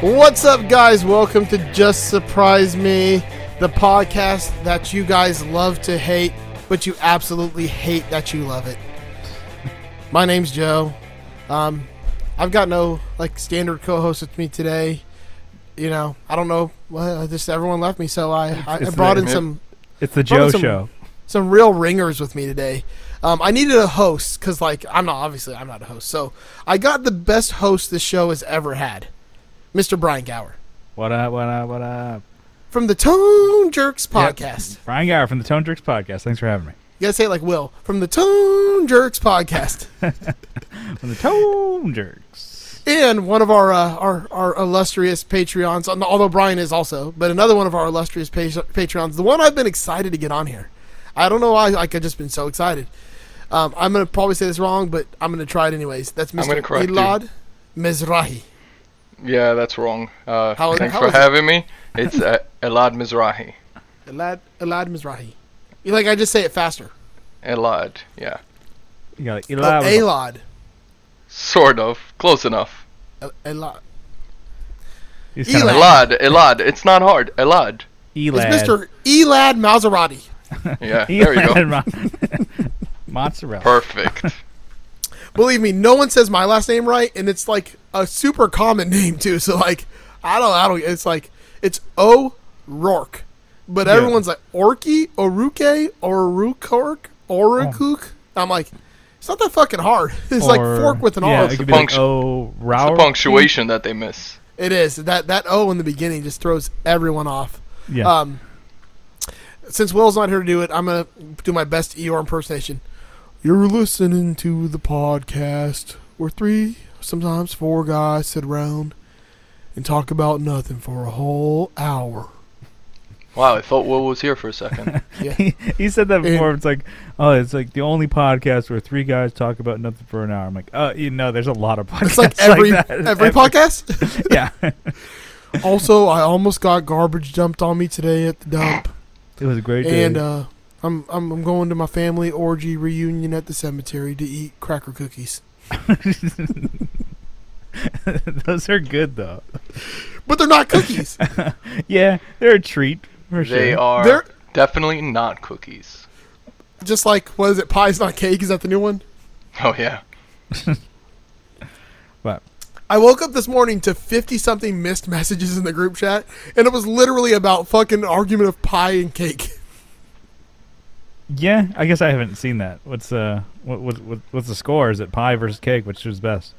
What's up, guys? Welcome to Just Surprise Me, the podcast that you guys love to hate, but you absolutely hate that you love it. My name's Joe. Um, I've got no like standard co-host with me today. You know, I don't know. Well, just everyone left me, so I, I, I it's brought the- in some It's the Probably Joe some- Show. some real ringers with me today. Um, I needed a host because, like, I'm not obviously I'm not a host, so I got the best host this show has ever had, Mr. Brian Gower What up? What up? What up? from the Tone Jerks podcast. Brian Gower from the Tone Jerks podcast. Thanks for having me. You gotta say it like Will from the Tone Jerks podcast, From the Tone Jerks. and one of our uh, our our illustrious Patreons. Although Brian is also, but another one of our illustrious pa- Patreons, the one I've been excited to get on here. I don't know why. Like I've just been so excited. Um, I'm gonna probably say this wrong, but I'm gonna try it anyways. That's I'm gonna Mr. correct you. Elad Mizrahi. Yeah, that's wrong. Uh, How- thanks how for is it? having me. It's uh, Elad Mizrahi. Elad Elad Mizrahi. You like I just say it faster. Elad, yeah. You got Oh, Eli. with a- Elad. Sort of. Close enough. El- Elad. he's kind of Eli. Elad, Elad. It's not hard. Elad. Elad. It's Mr. Elad Maserati. Yeah, there you go. Elad Mon- Mozzarella. Perfect. Believe me, no one says my last name right, and it's like a super common name too. So like, I don't, I don't. It's like it's O'Rourke, but Yeah. everyone's like Orky, Oruke, Orukork, Orukook. I'm like, it's not that fucking hard. It's like Mm. Or- fork with an yeah, R. It could be like, Punct- oh, the Rauer. punctuation that they miss. It is that that O in the beginning just throws everyone off. Yeah. Um, since Will's not here to do it, I'm gonna do my best Eeyore impersonation. You're listening to the podcast where three, sometimes four guys sit around and talk about nothing for a whole hour. Wow, I thought Will was here for a second. he, he said that before. It's like, oh, it's like the only podcast where three guys talk about nothing for an hour. I'm like, oh, you know, there's a lot of podcasts It's like every that. every podcast. yeah. also, I almost got garbage dumped on me today at the dump, it was a great day. and uh, I'm, I'm I'm going to my family orgy reunion at the cemetery to eat cracker cookies. Those are good though. but they're not cookies. Yeah, they're a treat for sure. they are They're- definitely not cookies. Just like what is it? Pie's not cake. Is that the new one? Oh, yeah. But I woke up this morning to fifty something missed messages in the group chat, and it was literally about fucking argument of pie and cake. yeah, I guess I haven't seen that. What's uh, what, what, what what's the score? Is it pie versus cake? Which is best?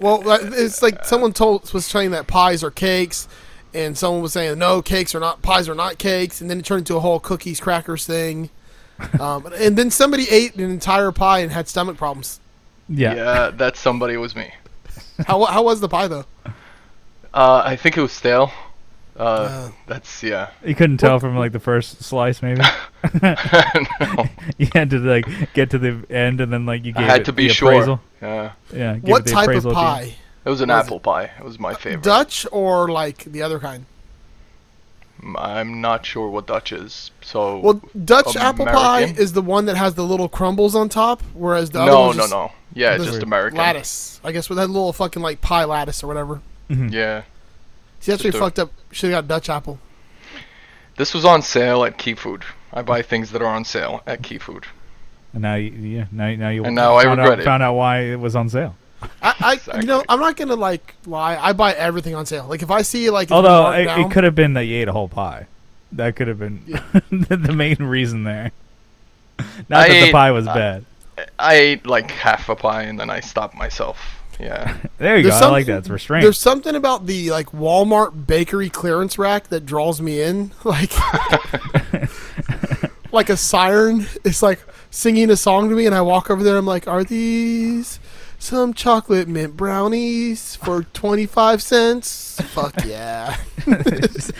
Well, that- it's like someone told was saying that pies are cakes, and someone was saying no, cakes are not pies are not cakes, and then it turned into a whole cookies crackers thing. Um, and then somebody ate an entire pie and had stomach problems. Yeah. Yeah, that somebody was me. How how was the pie though? Uh, I think it was stale. Uh, that's, yeah. you couldn't tell from like the first slice, maybe. No, you had to like get to the end, and then like you I gave had it to be the sure. appraisal. Yeah. Yeah, give what it the type of appraisal at the end. pie? It was an Was Uh, it- apple pie. It was my favorite. Dutch or like the other kind? I'm not sure what Dutch is. So Well, Dutch apple pie Um, American? is the one that has the little crumbles on top, whereas the other no, one's no, just no. Yeah, it's those just American. lattice. I guess with that little fucking like pie lattice or whatever. Mm-hmm. Yeah, See, that's Just what a- fucked up. Should have got Dutch apple. this was on sale at Key Food. I buy things that are on sale at Key Food. And now, you, yeah, now, now you And now I found out, regret it. Found out why it was on sale. I, I you know, Exactly. I'm not gonna like lie. I buy everything on sale. Like if I see like, it's been Although marked it, down- it could have been that you ate a whole pie. That could have been the, the main reason there. Not that I the ate- uh, pie was I- bad. I ate like half a pie and then I stopped myself. Yeah, There you go. There's I like something- that. It's restraint. There's something about the like Walmart bakery clearance rack that draws me in, like like a siren is like singing a song to me, and I walk over there. I'm like, are these some chocolate mint brownies for twenty five cents? Fuck yeah! That's,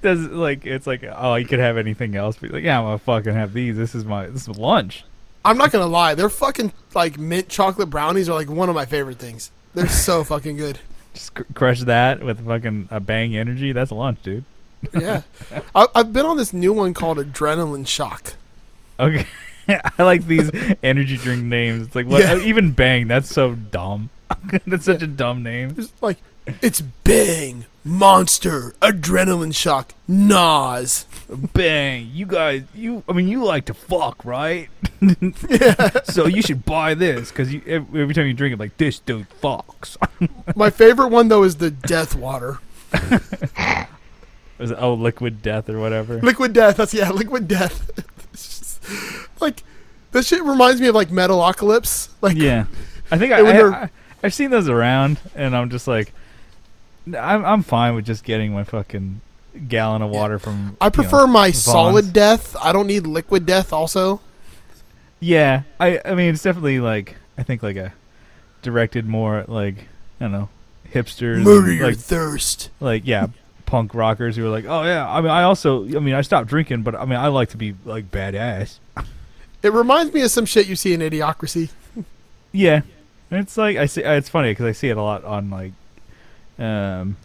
that's like it's like oh you could have anything else. But like yeah, I'm gonna fucking have these. This is my this is lunch. I'm not gonna lie, their fucking like mint chocolate brownies are like one of my favorite things. They're so fucking good. Just cr- crush that with fucking a bang energy. That's lunch, dude. Yeah, I, I've been on this new one called Adrenaline Shock. Okay. I like these energy drink names. It's like what uh, Yeah. even bang. That's so dumb. that's such a dumb name. It's like It's Bang, Monster, Adrenaline Shock, Nas. Bang! You guys, you. I mean, you like to fuck, right? so you should buy this because you every, every time you drink it, like this dude fucks. My favorite one though is the Death Water. Is it- oh, liquid death or whatever. Liquid Death. That's yeah, Liquid Death. It's just- like this shit reminds me of like Metalocalypse. Like yeah, I think I, And when they're- I, I I've seen those around, and I'm just like, I'm I'm fine with just getting my fucking gallon of water from. I you know, prefer my Vons. solid death. I don't need liquid death also. Yeah, I I mean it's definitely like I think like a directed more at, like I don't know hipsters, and, like thirst. like yeah punk rockers who are like oh yeah I mean I also I mean I stopped drinking but I mean I like to be like badass. It reminds me of some shit you see in Idiocracy. Yeah, And it's like I see it's funny because I see it a lot on like um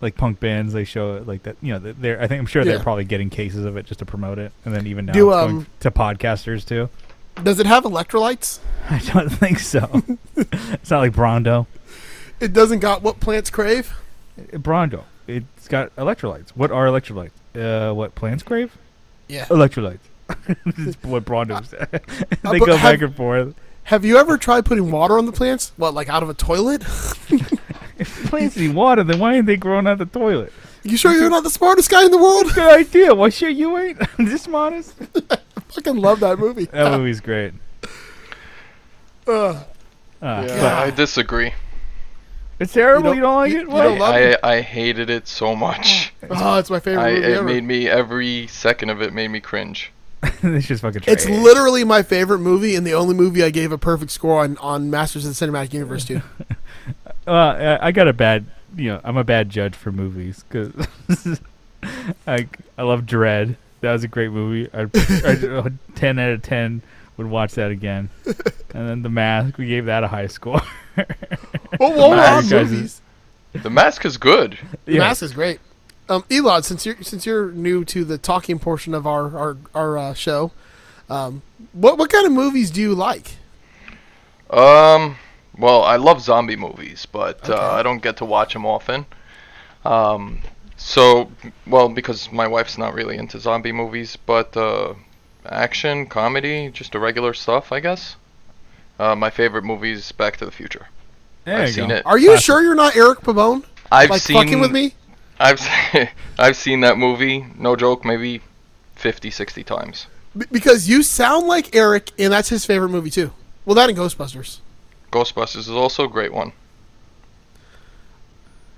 like punk bands they show it like that you know that they're I think I'm sure they're Yeah. probably getting cases of it just to promote it and then even now Do, it's going um, to podcasters too. Does it have electrolytes? I don't think so. it's not like Brondo. It doesn't got what plants crave. Brondo. It's got electrolytes. What are electrolytes? Uh, what plants crave? Yeah. Uh, Electrolytes. It's what Brondo said. they but go have- back and forth. Have you ever tried putting water on the plants? What, like out of a toilet? If plants need water, then why ain't they growing out the toilet? You sure you're not the smartest guy in the world? Good idea. Why sure you ain't? this modest. Fucking love that movie. Uh, That movie's great. Ugh. Uh, Yeah, Yeah. I disagree. It's terrible. don't- You don't, like you- it? you What? don't love I, it. I I hated it so much. oh, it's my favorite I, movie it ever. made me every second of it made me cringe. it's just fucking trash. it's literally my favorite movie and the only movie I gave a perfect score on, on Masters of the Cinematic Universe to. uh, I- I got a bad. You know, I'm a bad judge for movies because I I love Dread. That was a great movie. I, I ten out of ten would watch that again. And then The Mask, we gave that a high score. Oh, well, Mask on guys is- movies. The mask is good. The Yeah. Mask is great. Um, Elon, since you're since you're new to the talking portion of our our our uh, show, um, what what kind of movies do you like? Um, well, I love zombie movies, but Okay. uh, I don't get to watch them often. Um, so, well, because my wife's not really into zombie movies, but uh, action, comedy, just the regular stuff, I guess. Uh, my favorite movie is Back to the Future. There I've you seen go. it. Are you sure you're not Eric Pavone? I've Like seen fucking with me? I've se- I've seen that movie. No joke, maybe 50, 60 times. B- because you sound like Eric, and that's his favorite movie too. Well, that and Ghostbusters. Ghostbusters is also a great one.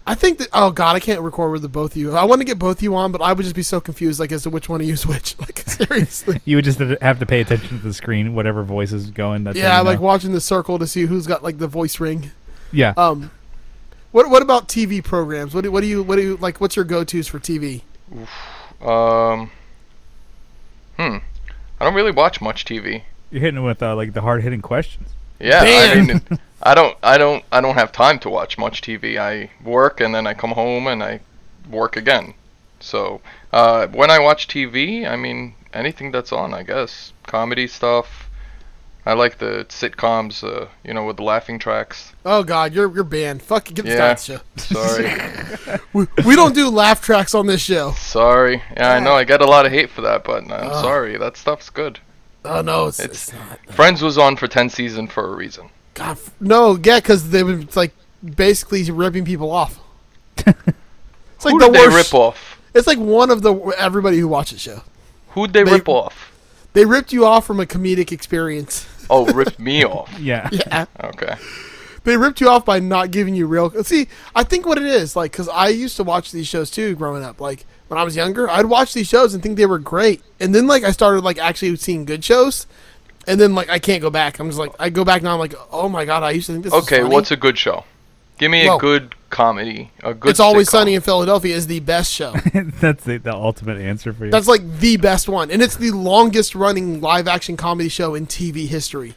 I think that oh god, I can't record with the both of you. I want to get both of you on, but I would just be so confused, like as to which one of you is which. Like seriously, You would just have to pay attention to the screen, whatever voice is going. That's yeah, how you like know. watching the circle to see who's got like the voice ring. yeah. Um, what what about TV programs? What do, what do you what do you like? What's your go tos for TV? Um, hmm. I don't really watch much TV. You're hitting it with uh, like the hard hitting questions. Yeah, Damn. I mean, I don't, I don't, I don't have time to watch much TV. I work and then I come home and I work again. So uh, when I watch TV, I mean anything that's on, I guess comedy stuff. I like the sitcoms, uh, you know, with the laughing tracks. Oh god, you're you're banned. Fuck, get this Yeah. guy on the show. Sorry, We, we don't do laugh tracks on this show. sorry. Yeah, I know I get a lot of hate for that, but I'm Ugh. sorry. That stuff's good. Oh no, it's, It's- it's not. uh, Friends was on for ten season for a reason. God, f- no, yeah, because they were like basically ripping people off. It's like Who the did they worst. rip off? It's like one of the everybody who watches the show. Who'd they, They- rip off? They ripped you off from a comedic experience. Oh, ripped me off. Yeah. Yeah. Okay. they ripped you off by not giving you real. See, I think what it is like because I used to watch these shows too growing up. Like when I was younger, I'd watch these shows and think they were great, and then like I started like actually seeing good shows, and then like I can't go back. I'm just like I go back now. I'm like, oh my god, I used to think this. Okay, was funny. what's a good show? Give me Well, a good comedy. A good. it's always sitcom. sunny in Philadelphia is the best show. That's the, the ultimate answer for you. That's like the best one, and it's the longest running live action comedy show in TV history.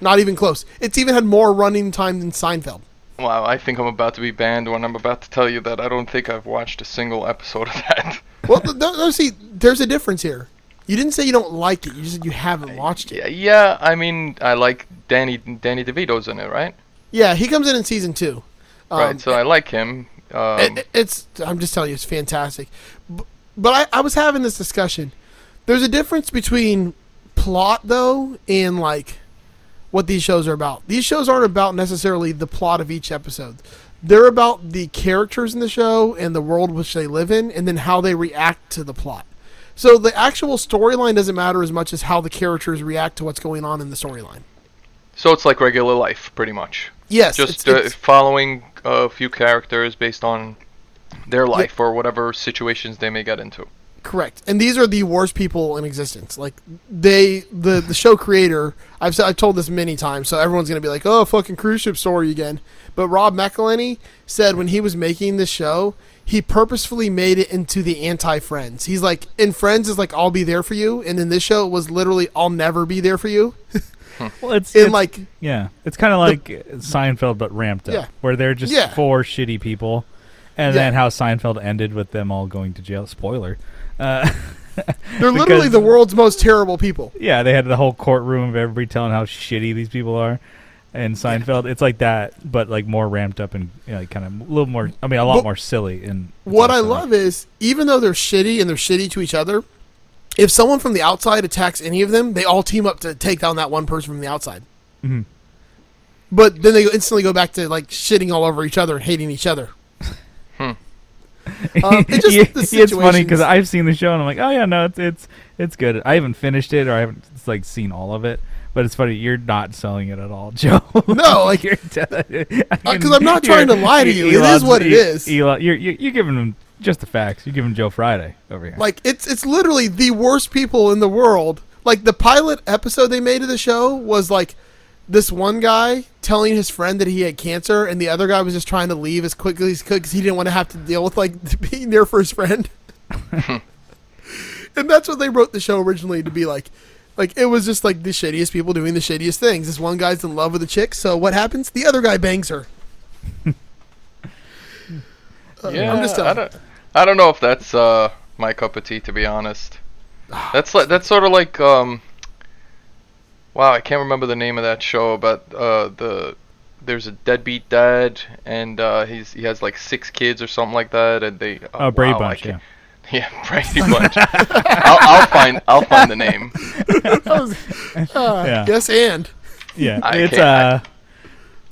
Not even close. It's even had more running time than Seinfeld. Wow, I think I'm about to be banned when I'm about to tell you that I don't think I've watched a single episode of that. Well, th- th- th- see, there's a difference here. You didn't say you don't like it. You just said you haven't watched it. yeah, yeah, I mean, I like Danny. Danny DeVito's in it, right? Yeah, Eh, he comes in in season two. Um, right. So I like him. Um, It- it- it's I'm just telling you, it's fantastic. B- But I, I was having this discussion. There's a difference between plot though and like what these shows are about. These shows aren't about necessarily the plot of each episode. They're about the characters in the show and the world which they live in and then how they react to the plot. So the actual storyline doesn't matter as much as how the characters react to what's going on in the storyline. so it's like regular life, pretty much. Yes, Just it's- uh, it's- following a few characters based on their life or whatever situations they may get into. Correct. And these are the worst people in existence. Like they the the show creator, I've said I've told this many times, so everyone's going to be like, "Oh, fucking cruise ship story again." But Rob McElhenney said when he was making this show, he purposefully made it into the anti-friends. He's like, "In Friends is like I'll be there for you," and in this show it was literally I'll never be there for you. Well, it's, And it's- like yeah, it's kind of like Seinfeld but ramped up, Yeah. where they're just Yeah. four shitty people, and Yeah. then how Seinfeld ended with them all going to jail. Spoiler. Uh, they're literally Because- the world's most terrible people. yeah, they had the whole courtroom of everybody telling how shitty these people are. And Seinfeld, it's like that, but like more ramped up and you know, like kind of a little more. I mean, a lot But- more silly. And what I love is even though they're shitty and they're shitty to each other, if someone from the outside attacks any of them, they all team up to take down that one person from the outside. Mhm. But then they instantly go back to like shitting all over each other and hating each other. Um, it's just the Hmm. it's funny because situations- I've seen the show and I'm like, oh yeah, no, it's it's it's good. I haven't finished it or I haven't it's like seen all of it, but it's funny. You're not selling it at all, Joe. No, like- you're telling because I'm not trying to lie to you. It is what it it is. Elon, you're, you're you're giving him just the facts. You're giving Joe Friday over here. Like it's it's literally the worst people in the world. Like the pilot episode they made of the show was like this one guy telling his friend that he had cancer, and the other guy was just trying to leave as quickly as he could because he didn't want to have to deal with like being there for his friend. and that's what they wrote the show originally to be like. Like it was just like the shittiest people doing the shittiest things. This one guy's in love with a chick, so what happens? The other guy bangs her. Uh, Yeah, I'm just I telling. don't, I don't know if that's uh, my cup of tea, to be honest. Ah, That's like that's sort of like um. Wow, I can't remember the name of that show, about uh, the there's a deadbeat dad, and uh, he's he has like six kids or something like that, and they uh, Oh, Brave wow, I Bunch, can't- yeah, Brave Bunch. I'll, I'll find I'll find the name. That was- uh, Yeah. Yes, and Yeah, I it's uh, can't-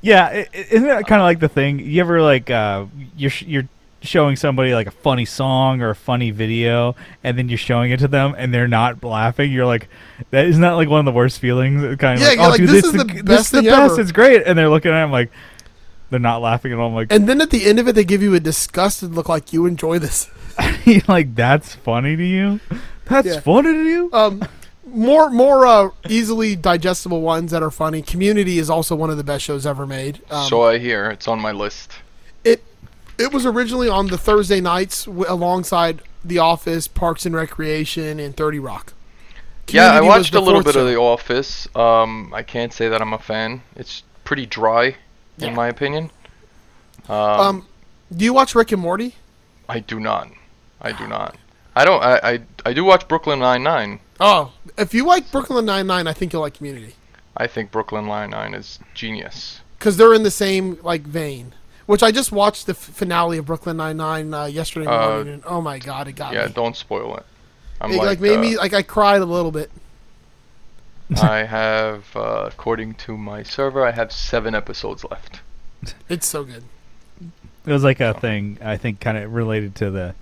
yeah, i- i- isn't that kind of like the thing? You ever like uh, you're sh- you're showing somebody like a funny song or a funny video, and then you're showing it to them, and they're not laughing. You're like, that isn't that like one of the worst feelings? Kind of Yeah, like, you're oh, like, dude, this this is the g- best this is the thing best. ever." It's great, and they're looking at him like they're not laughing at all. I'm like, And then at the end of it, they give you a disgusted look like you enjoy this. you're like that's funny to you? That's Yeah. funny to you? Um, more more uh, easily digestible ones that are funny. Community is also one of the best shows ever made. Um, so I hear it's on my list. it it was originally on the Thursday nights w- alongside The Office, Parks and Recreation, and Thirty Rock. Yeah, I Community was watched the a little fourth bit of show. The Office. Um, I can't say that I'm a fan. It's pretty dry, Yeah. in my opinion. Um, do you watch Rick and Morty? I do not. I do not. I don't. I I, I do watch Brooklyn Nine Nine. Oh, if you like Brooklyn Nine Nine, I think you'll like Community. I think Brooklyn Nine Nine is genius. because they're in the same like vein. Which I just watched the f- finale of Brooklyn Nine Nine uh, yesterday Uh, morning, and oh my god, it got Yeah, me. don't spoil it. I'm It, like, like, made uh, me like I cried a little bit. I have, uh, according to my server, I have seven episodes left. It's so good. It was like a thing I think kind of related to the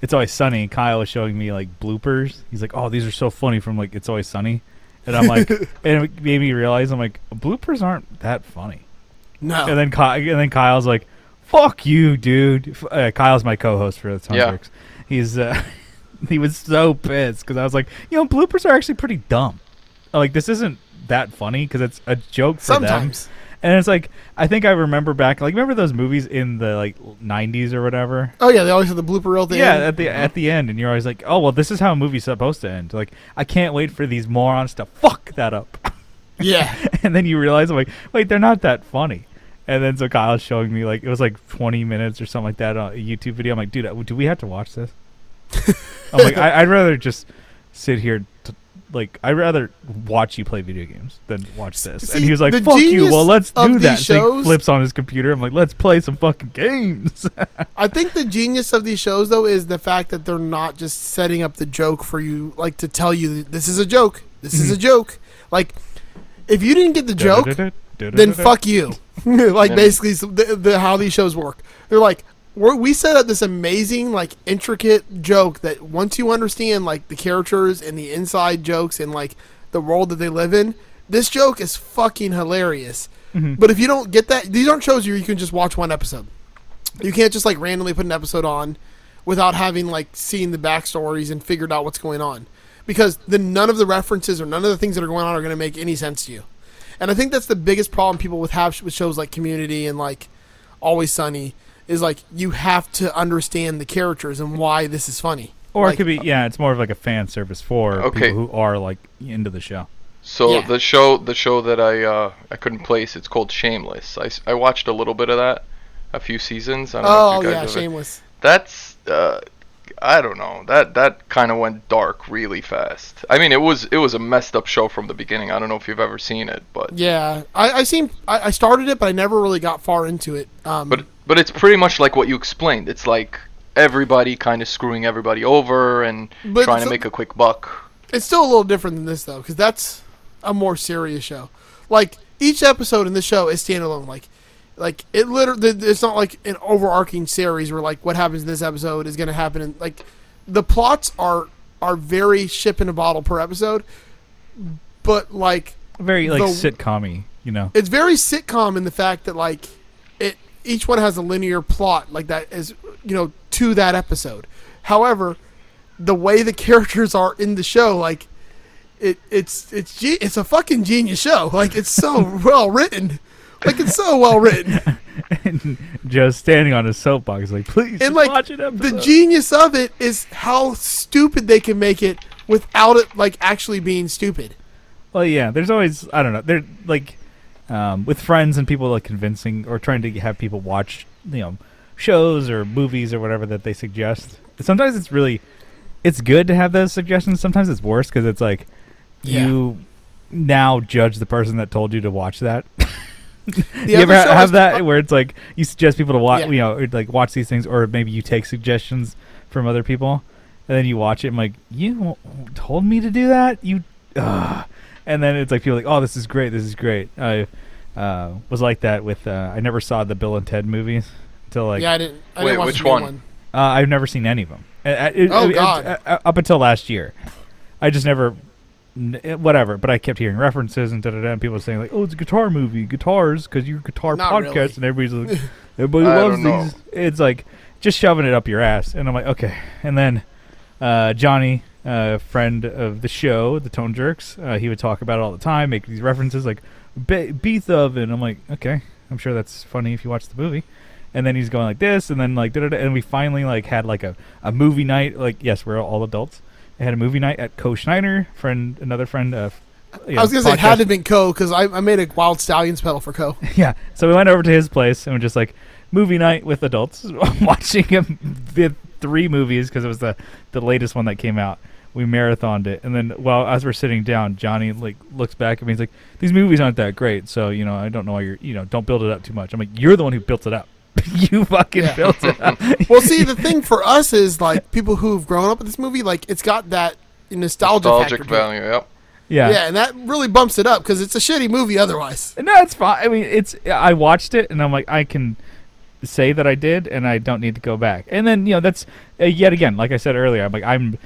It's Always Sunny. Kyle was showing me like bloopers. He's like, "Oh, these are so funny from like It's Always Sunny," and I'm like, and it made me realize I'm like, bloopers aren't that funny. No, And then Kyle, and then Kyle's like, "Fuck you, dude." F- Uh, Kyle's my co-host for the Yeah. Tongue He's uh, he was so pissed because I was like, you know, bloopers are actually pretty dumb. Like this isn't that funny because it's a joke for them. sometimes And it's like I think I remember back like remember those movies in the like 90s or whatever. oh yeah, they always have the blooper reel. At the Yeah, end. Uh-huh. at the at the end, and you're always like, oh well, this is how a movie's supposed to end. Like I can't wait for these morons to fuck that up. yeah, and then you realize I'm like, wait, they're not that funny. And then so Kyle's showing me like it was like 20 minutes or something like that on a YouTube video. I'm like, uh, dude, do we have to watch this? I'm like, I, I'd rather just sit here t- like I'd rather watch you play video games than watch this. See, and he was like, the "Fuck you." genius Well, let's of do these that. So he shows- flips on his computer. I'm like, "Let's play some fucking games." I think the genius of these shows, though, is the fact that they're not just setting up the joke for you, like to tell you this is a joke. This is a Mm-hmm. joke. Like, if you didn't get the joke, then fuck you. like Yeah. basically, so the, the, how these shows work. They're like we're, we set up this amazing, like intricate joke that once you understand like the characters and the inside jokes and like the world that they live in, this joke is fucking hilarious. But if you don't get that, these aren't shows where you can just watch one episode. You can't just like randomly put an episode on without having like seen the backstories and figured out what's going on. Because then none of the references or none of the things that are going on are going to make any sense to you. And I think that's the biggest problem people with have with shows like Community and like Always Sunny is like you have to understand the characters and why this is funny. Or Like, uh, it could be yeah, it's more of like a fan service for Okay. people who are like into the show. So Yeah. the show, the show that I uh, I couldn't place, it's called Shameless. I, s- I watched a little bit of that, a few seasons. I don't know oh if you guys yeah, have it. Shameless. That's uh, I don't know. That that kind of went dark really fast. I mean, it was it was a messed up show from the beginning. I don't know if you've ever seen it, but Yeah, I, I seem I, I started it, but I never really got far into it. Um, But but it's pretty much like what you explained. It's like everybody kind of screwing everybody over and But trying to so- make a quick buck. it's still a little different than this though, because that's a more serious show. Like each episode in this show is standalone. Like, like it literally, it's not like an overarching series where like what happens in this episode is going to happen. In, like, the plots are are very ship in a bottle per episode, but like Very like The- sitcom-y, you know. it's very sitcom in the fact that like it each one has a linear plot like that is you know to that episode. However, the way the characters are in the show like it it's it's ge- it's a fucking genius show. Like it's so well written. Like it's so well written. and Joe's standing on his soapbox like, "Please And like watch it up." the genius of it is how stupid they can make it without it like actually being stupid. Well, yeah. There's always I don't know. They're like um, with friends and people like convincing or trying to have people watch you know shows or movies or whatever that they suggest. Sometimes it's really it's good to have those suggestions. Sometimes it's worse because it's like Yeah. you now judge the person that told you to watch that. The you ever other ha- show have is- that where it's like you suggest people to watch, Yeah. you know, or, like watch these things, or maybe you take suggestions from other people, and then you watch it. and like, you w- told me to do that, you, ugh. and then it's like people are like, oh, this is great, this is great. I uh, was like that with uh, I never saw the Bill and Ted movies until like yeah, I didn't. I Wait, didn't watch which the new one? uh, I've never seen any of them. Uh, uh, it- Oh, it- God. uh, uh, up until last year, I just never, n- uh, whatever. But I kept hearing references and da da da. And people were saying like, "Oh, it's a guitar movie, guitars," because you guitar Not podcast, really. and everybody's like, everybody I loves don't know. these. It's like just shoving it up your ass, and I'm like, okay. And then uh, Johnny, uh, friend of the show, the Tone Jerks, uh, he would talk about it all the time, make these references like Be- Beethoven. I'm like, okay, I'm sure that's funny if you watch the movie. And then he's going like this, and then like da da da, and we finally like had like a, a movie night. Like yes, we're all adults. I had a movie night at Co Schneider, friend, another friend. Uh, f- you I was know, gonna say it had podcast to have been Co because I, I made a Wild Stallions pedal for Co. yeah. So we went over to his place and we're just like movie night with adults, watching him the three movies because it was the the latest one that came out. We marathoned it, and then while as we're sitting down, Johnny like looks back at me. He's like, "These movies aren't that great, so you know I don't know why you're you know don't build it up too much." I'm like, "You're the one who built it up. you fucking Yeah. built it up." Well, see, the thing for us is like people who've grown up with this movie, like it's got that nostalgia Nostalgic factor to it. value. Yep. yeah. Yeah, and that really bumps it up because it's a shitty movie otherwise. No, it's fine. I mean, it's I watched it and I'm like I can say that I did and I don't need to go back. And then, you know, that's uh, yet again, like I said earlier, I'm like I'm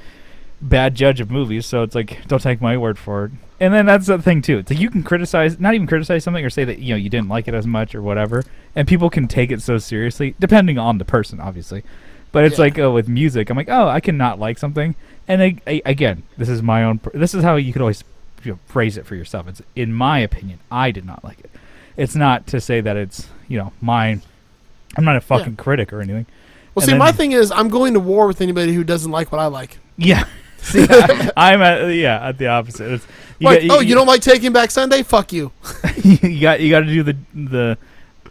bad judge of movies, so it's like don't take my word for it. And then that's the thing too. It's like you can criticize, not even criticize something or say that, you know, you didn't like it as much or whatever, and people can take it so seriously depending on the person, obviously. But it's Yeah. like uh, with music, I'm like, "Oh, I can not like something." And I, I, again, this is my own pr- this is how you could always you know, phrase it for yourself. It's in my opinion, I did not like it. It's not to say that it's you know mine. I'm not a fucking critic or anything. Well, And see, my then- thing is I'm going to war with anybody who doesn't like what I like. Yeah, See, I, am at yeah at the opposite. It's, you like, got- oh, you don't like Taking Back Sunday? Fuck you. you got you got to do the the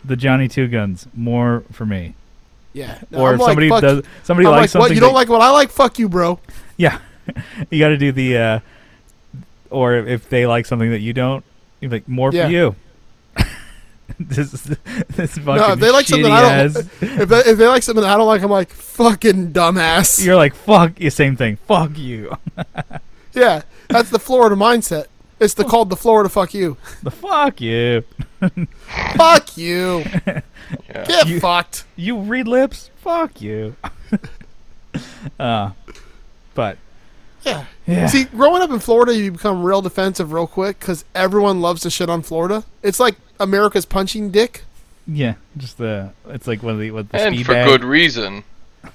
the Johnny Two Guns more for me. Yeah. or if somebody fuck- does somebody I'm likes like, something what? You don't that- like what I like? Fuck you, bro. Yeah, you got to do the uh, or if they like something that you don't, you're like more Yeah. for you. this is this fucking No, if they like something shitty I ass. don't. If they, if they like something I don't like, I'm like fucking dumbass. You're like fuck. Yeah, same thing. Fuck you. yeah, that's the Florida mindset. It's the called the Florida fuck you. the fuck you. fuck you. Yeah. Get You- fucked. You read lips. Fuck you. uh, but Yeah. yeah. See, growing up in Florida, you become real defensive real quick because everyone loves to shit on Florida. It's like America's punching dick. Yeah, just the it's like one of the what the And speed for bag. good reason.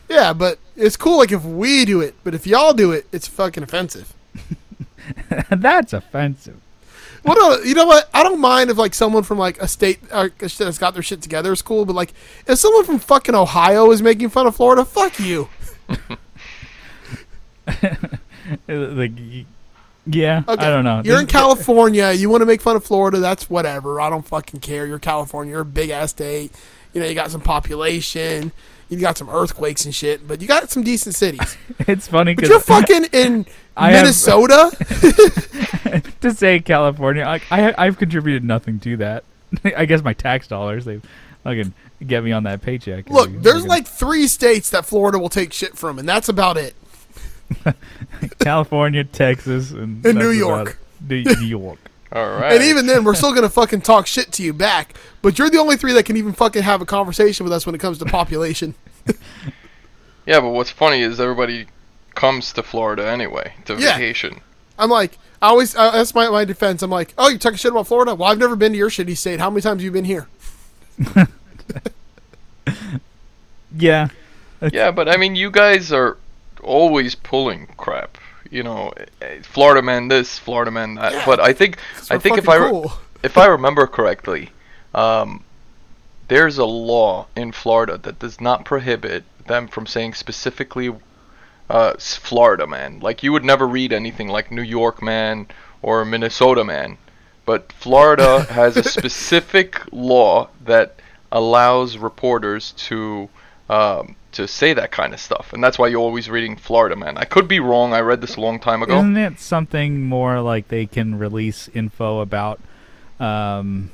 Yeah, but it's cool like if we do it, but if y'all do it, it's fucking offensive. That's offensive. What a, you know what? I don't mind if like someone from like a state uh, that's got their shit together is cool, but like if someone from fucking Ohio is making fun of Florida, fuck you. Uh, Like, y- yeah, Okay. I don't know. You're in This- California. You want to make fun of Florida? That's whatever. I don't fucking care. You're California. You're a big ass state. You know, you got some population. You got some earthquakes and shit, but you got some decent cities. it's funny But you're because fucking in I have- Minnesota. to say California, I, I I've contributed nothing to that. I guess my tax dollars they fucking get me on that paycheck. Look, every there's fucking- like three states that Florida will take shit from, and that's about it. California, Texas, and And New that's York. about it. New, New York. All right. And even then, we're still gonna fucking talk shit to you back. But you're the only three that can even fucking have a conversation with us when it comes to population. yeah, but what's funny is everybody comes to Florida anyway to Yeah. vacation. I'm like, I always I, that's my, my defense. I'm like, oh, you talking shit about Florida? Well, I've never been to your shitty state. How many times have you been here? Yeah, Yeah, but I mean, you guys are always pulling crap. You know, eh, Florida man this, Florida man that. Yeah. But I think, 'Cause I we're think if I fucking re- cool. if I remember correctly, um, there's a law in Florida that does not prohibit them from saying specifically uh, s- Florida man. Like you would never read anything like New York man or Minnesota man, but Florida has a specific law that allows reporters to um, to say that kind of stuff, and that's why you're always reading Florida man. I could be wrong. I read this a long time ago. Mm, isn't it something more like they can release info about um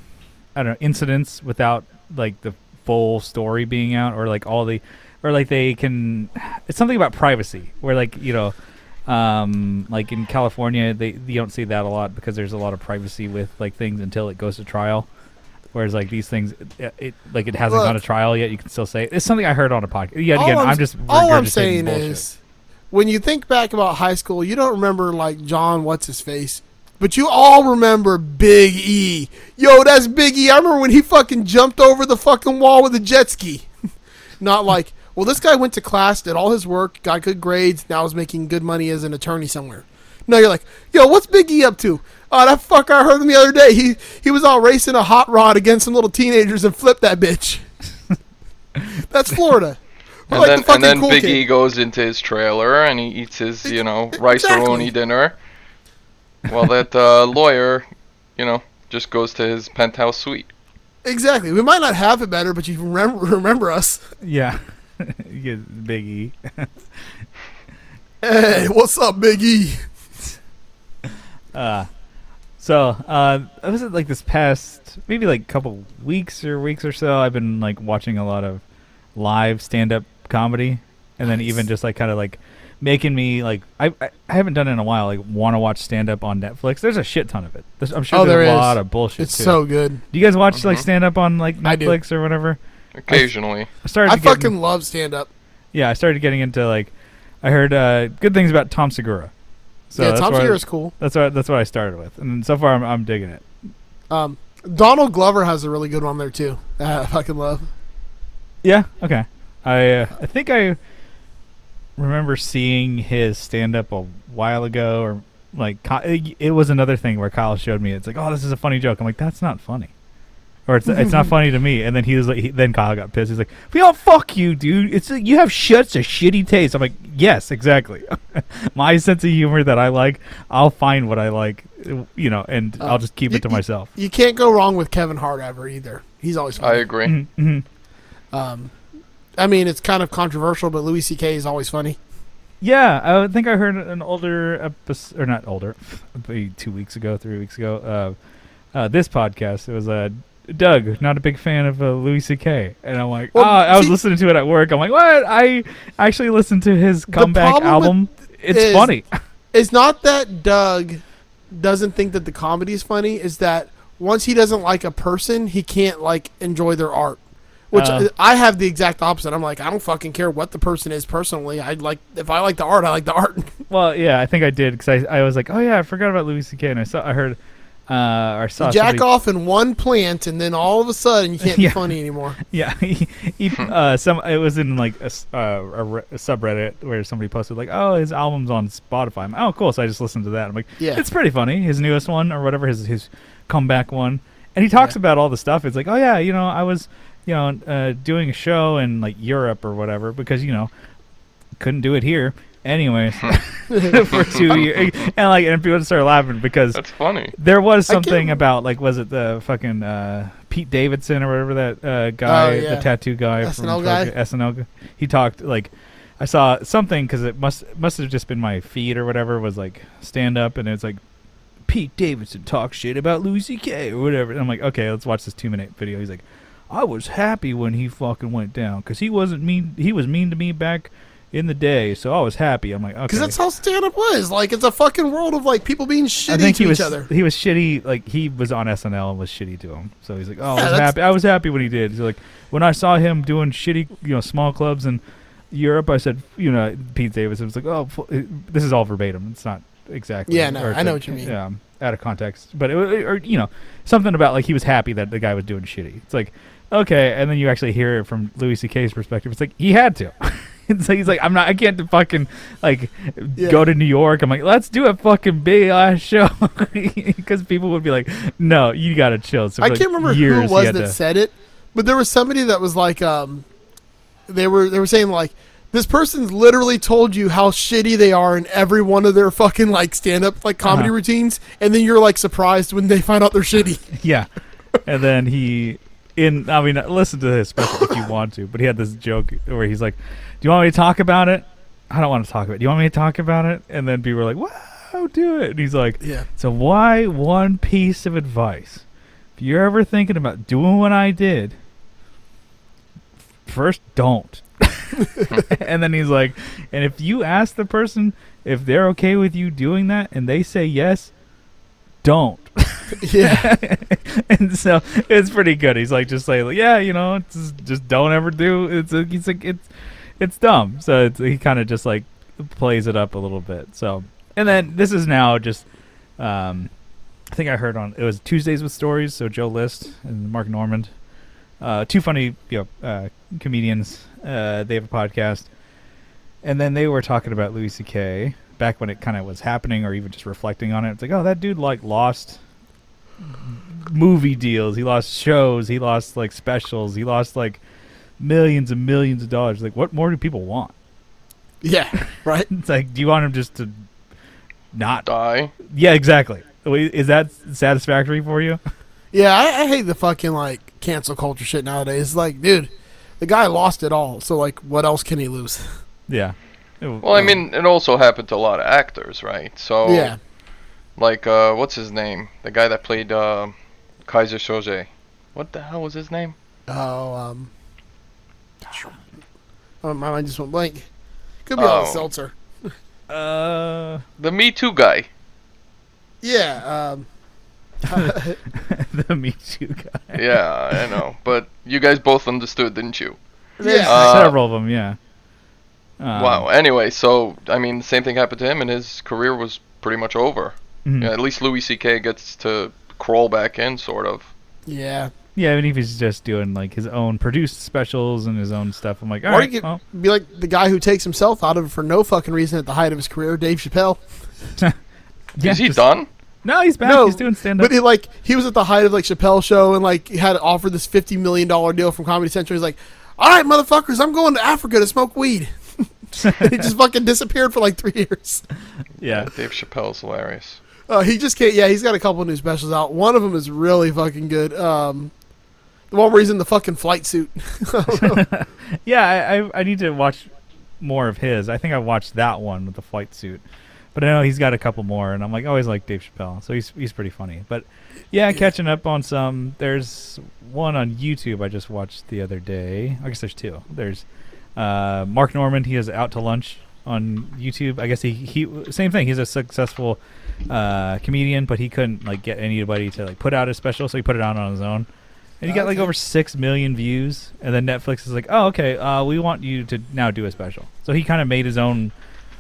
i don't know incidents without like the full story being out or like all the or like they can it's something about privacy where like you know um like in california they you don't see that a lot because there's a lot of privacy with like things until it goes to trial whereas like these things it, it like it hasn't gone to Look. trial yet you can still say it. it's something i heard on a podcast yeah All again i'm, I'm just all I'm regurgitating saying bullshit. is, when you think back about high school, you don't remember like John, what's his face, but you all remember Big E. Yo, that's Big E. I remember when he fucking jumped over the fucking wall with a jet ski. Not like, well, this guy went to class, did all his work, got good grades, now is making good money as an attorney somewhere. No, you're like, yo, what's Big E up to? Oh, that fucker I heard him the other day. He he was all racing a hot rod against some little teenagers and flipped that bitch. That's Florida. We're And like then, the fucking and then cool Big kid. E goes into his trailer and he eats his, you know, rice exactly. roni dinner. While that uh, lawyer, you know, just goes to his penthouse suite. Exactly. We might not have it better, but you remember remember us. Yeah. yeah Big E. Hey, what's up, Big E? Uh, so, uh, it was like this past maybe like couple weeks or weeks or so. I've been like watching a lot of live stand up comedy and then even just like kind of like making me like I, I I haven't done it in a while like want to watch stand up on Netflix. There's a shit ton of it. There's, I'm sure Oh, there's there a is. lot of bullshit It's too. so good. do you guys watch like Mhm. stand up on like I do. Netflix or whatever? Occasionally. I started I to get- fucking love stand up. yeah, I started getting into like I heard uh, good things about Tom Segura. So yeah, that's Tom where- Segura's cool. That's what that's what I started with, and so far I'm, I'm digging it. Um, Donald Glover has a really good one there too. that I fucking love. Yeah. Okay. I uh, I think I remember seeing his stand up a while ago, or like Ky- it- it was another thing where Kyle showed me. It's like, oh, this is a funny joke. I'm like, that's not funny, or it's it's not funny to me. And then he was like, he, then Kyle got pissed. He's like, we all fuck you, dude. It's like, you have such a shitty taste. I'm like, yes, exactly. My sense of humor that I like, I'll find what I like, you know, and Uh, I'll just keep you- it to myself. You can't go wrong with Kevin Hart ever either. He's always I funny. agree. Mhm, mhm. um, I mean, it's kind of controversial, but Louis C.K. is always funny. Yeah, I think I heard an older episode, or not older, maybe two weeks ago, three weeks ago. Uh, uh, this podcast, it was uh, Doug, not a big fan of uh, Louis C.K. And I'm like, Well, oh, I was see- listening to it at work. I'm like, what? I actually listened to his comeback problem with album. It's is- funny. It's not that Doug doesn't think that the comedy is funny. Is that once he doesn't like a person, he can't like enjoy their art. Which Uh. I I have the exact opposite. I'm like, I don't fucking care what the person is personally. I like if I like the art, I like the art. well, yeah, I think I did because I, I was like, oh yeah, I forgot about Louis C.K. And I saw, I heard, uh, or saw Jack somebody- off in one plant, and then all of a sudden you can't Yeah. be funny anymore. Yeah, he, he, Hmm. uh, some it was in like a, s- uh, a re- a subreddit where somebody posted like, "Oh, his album's on Spotify." I'm, oh, cool! So I just listened to that. I'm like, Yeah. it's pretty funny." His newest one or whatever his his comeback one, and he talks Yeah. about all the stuff. It's like, "Oh yeah, you know, I was, you know, uh, doing a show in like Europe or whatever because you know couldn't do it here." Anyways, Hmm. for two years, and like, and people started laughing because That's funny. there was I can't something rem- about like was it the fucking uh, Pete Davidson or whatever that uh, guy, Oh, yeah. the tattoo guy, from SNL guy? fucking SNL. guy. He talked like I saw something because it must must have just been my feed or whatever was like stand up and it's like Pete Davidson talks shit about Louis C.K. or whatever. And I'm like, okay, let's watch this two minute video. He's like, I was happy when he fucking went down because he wasn't mean. He was mean to me back in the day, so I was happy. I'm like, okay, Because that's how stand up was. Like it's a fucking world of like people being shitty to he each was other. he was shitty. Like he was on SNL and was shitty to him. So he's like, oh, Yeah, I was that's- happy. I was happy when he did. He's like, when I saw him doing shitty, you know, small clubs in Europe, I said, you know, Pete Davidson was like, oh, fu- this is all verbatim. It's not exactly. Yeah, no, or it's I know like, what you mean. Yeah, out of context, but it, wa- or you know, something about like he was happy that the guy was doing shitty. It's like okay, and then you actually hear it from Louis C.K.'s perspective. It's like he had to. It's like he's like, I'm not. I can't fucking like Yeah. go to New York. I'm like, let's do a fucking big ass show because people would be like, no, you gotta chill. So I for, like, can't remember years who he it was had that to- said it, but there was somebody that was like, um, they were they were saying like, this person's literally told you how shitty they are in every one of their fucking like stand up like comedy Uh-huh. routines, and then you're like surprised when they find out they're shitty. yeah. And then he, in I mean, uh, listen to his special if you want to, but he had this joke where he's like, "Do you want me to talk about it? I don't want to talk about it. Do you want me to talk about it?" And then people were like, "Wow, do it!" And he's like, Yeah. So why one piece of advice? If you're ever thinking about doing what I did, first don't. and then he's like, and if you ask the person if they're okay with you doing that and they say yes, don't. yeah. and so it's pretty good. He's like just like yeah, you know, it's just, just don't ever do. It's a, he's like it's it's dumb. So it's, he kind of just like plays it up a little bit. So and then this is now just um, I think I heard on it was Tuesdays with Stories. So Joe List and Mark Normand, uh, two funny you know, uh, comedians. Uh, they have a podcast, and then they were talking about Louis C.K. back when it kind of was happening, or even just reflecting on it. It's like, oh, that dude like lost movie deals, he lost shows, he lost like specials, he lost like millions and millions of dollars. Like, what more do people want? Yeah. Right. It's like, do you want him just to not? Die. Yeah, exactly. Wait, Is that satisfactory for you? Yeah. I, I hate the fucking like cancel culture shit nowadays. Like, dude, the guy lost it all. So like, what else can he lose? Yeah. Well, I mean, it also happened to a lot of actors, right? So, Yeah. like, uh, what's his name? The guy that played uh, Kaiser Soze. What the hell was his name? Oh. Um. Oh, my mind just went blank. Could be all the Oh. seltzer. uh, The Me Too guy. Yeah. Um, the Me Too guy. Yeah, I know. But you guys both understood, didn't you? yeah. Uh, Several of them, yeah. Um, wow. Anyway, so I mean, the same thing happened to him, and his career was pretty much over. mhm. Yeah, at least Louis C.K. gets to crawl back in, sort of. yeah. Yeah, I mean, if he's just doing like his own produced specials and his own stuff, I'm like, all Or right, you could well, be like the guy who takes himself out of it for no fucking reason at the height of his career, Dave Chappelle. yeah, Is he just- done? No, he's back. No, he's doing stand up. But he like he was at the height of like Chappelle show and like he had offered this fifty million dollar deal from Comedy Central. He's like, "All right, motherfuckers, I'm going to Africa to smoke weed." and he just fucking disappeared for like three years. yeah. Dave Chappelle's hilarious. Uh, he just can't. Yeah, he's got a couple new specials out. One of them is really fucking good. Um, the one where he's in the fucking flight suit. Yeah, I, I I need to watch more of his. I think I watched that one with the flight suit, but I know he's got a couple more, and I'm like I always like Dave Chappelle, so he's he's pretty funny. But yeah, catching up on some. There's one on YouTube I just watched the other day. I guess there's two. There's uh, Mark Norman. He is out to lunch on YouTube. I guess he he same thing. He's a successful uh, comedian, but he couldn't like get anybody to like put out his special, so he put it out on his own. And he got like Okay. over six million views, and then Netflix is like, "Oh, okay, uh, we want you to now do a special." So he kind of made his own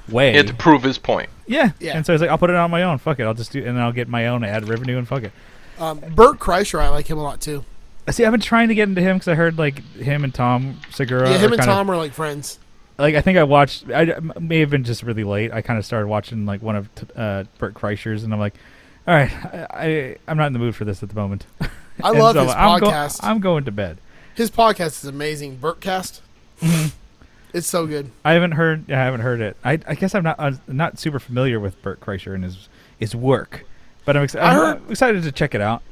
way. He had to prove his point. yeah. Yeah. And so he's like, "I'll put it on my own. Fuck it. I'll just do, and then I'll get my own ad revenue and fuck it." Um, Bert Kreischer, I like him a lot too. See, I've been trying to get into him because I heard like him and Tom Segura. yeah, are him and kind of- Tom are like friends. like I think I watched. I I may have been just really late. I kind of started watching like one of t- uh, Bert Kreischer's, and I'm like, all right, I, I I'm not in the mood for this at the moment. I And love so his I'm go- podcast. I'm going to bed. His podcast is amazing. Burtcast. it's so good. I haven't heard. I haven't heard it. I, I guess I'm not I'm not super familiar with Bert Kreischer and his his work, but I'm, exci- I I'm heard- uh, excited to check it out.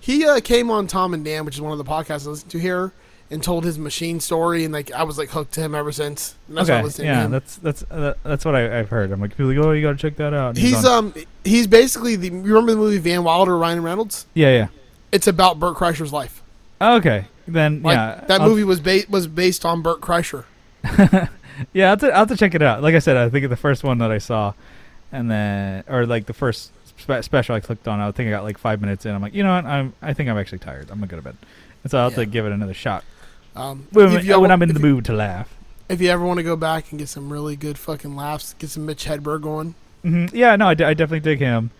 He uh, came on Tom and Dan, which is one of the podcasts I listen to here, and told his machine story, and like I was like hooked to him ever since. And that's why I okay, listen yeah, to him. that's that's uh, that's what I, I've heard. I'm like, people are like, oh, you gotta check that out. and He's on- um he's basically the you remember the movie Van Wilder Ryan Reynolds? yeah, yeah. It's about Burt Kreischer's life. Okay, then Like yeah, that I'll- movie was ba- was based on Burt Kreischer. Yeah, I'll have, to, I'll have to check it out. Like I said, I think the first one that I saw, and then or like the first spe- special I clicked on, I think I got like five minutes in. I'm like, you know what? I'm I think I'm actually tired. I'm gonna go to bed, and so I'll have Yeah. to give it another shot Um, when, if you when ever- I'm in if the you- mood to laugh. If you ever want to go back and get some really good fucking laughs, get some Mitch Hedberg going. hmm Yeah, no, I, d- I definitely dig him.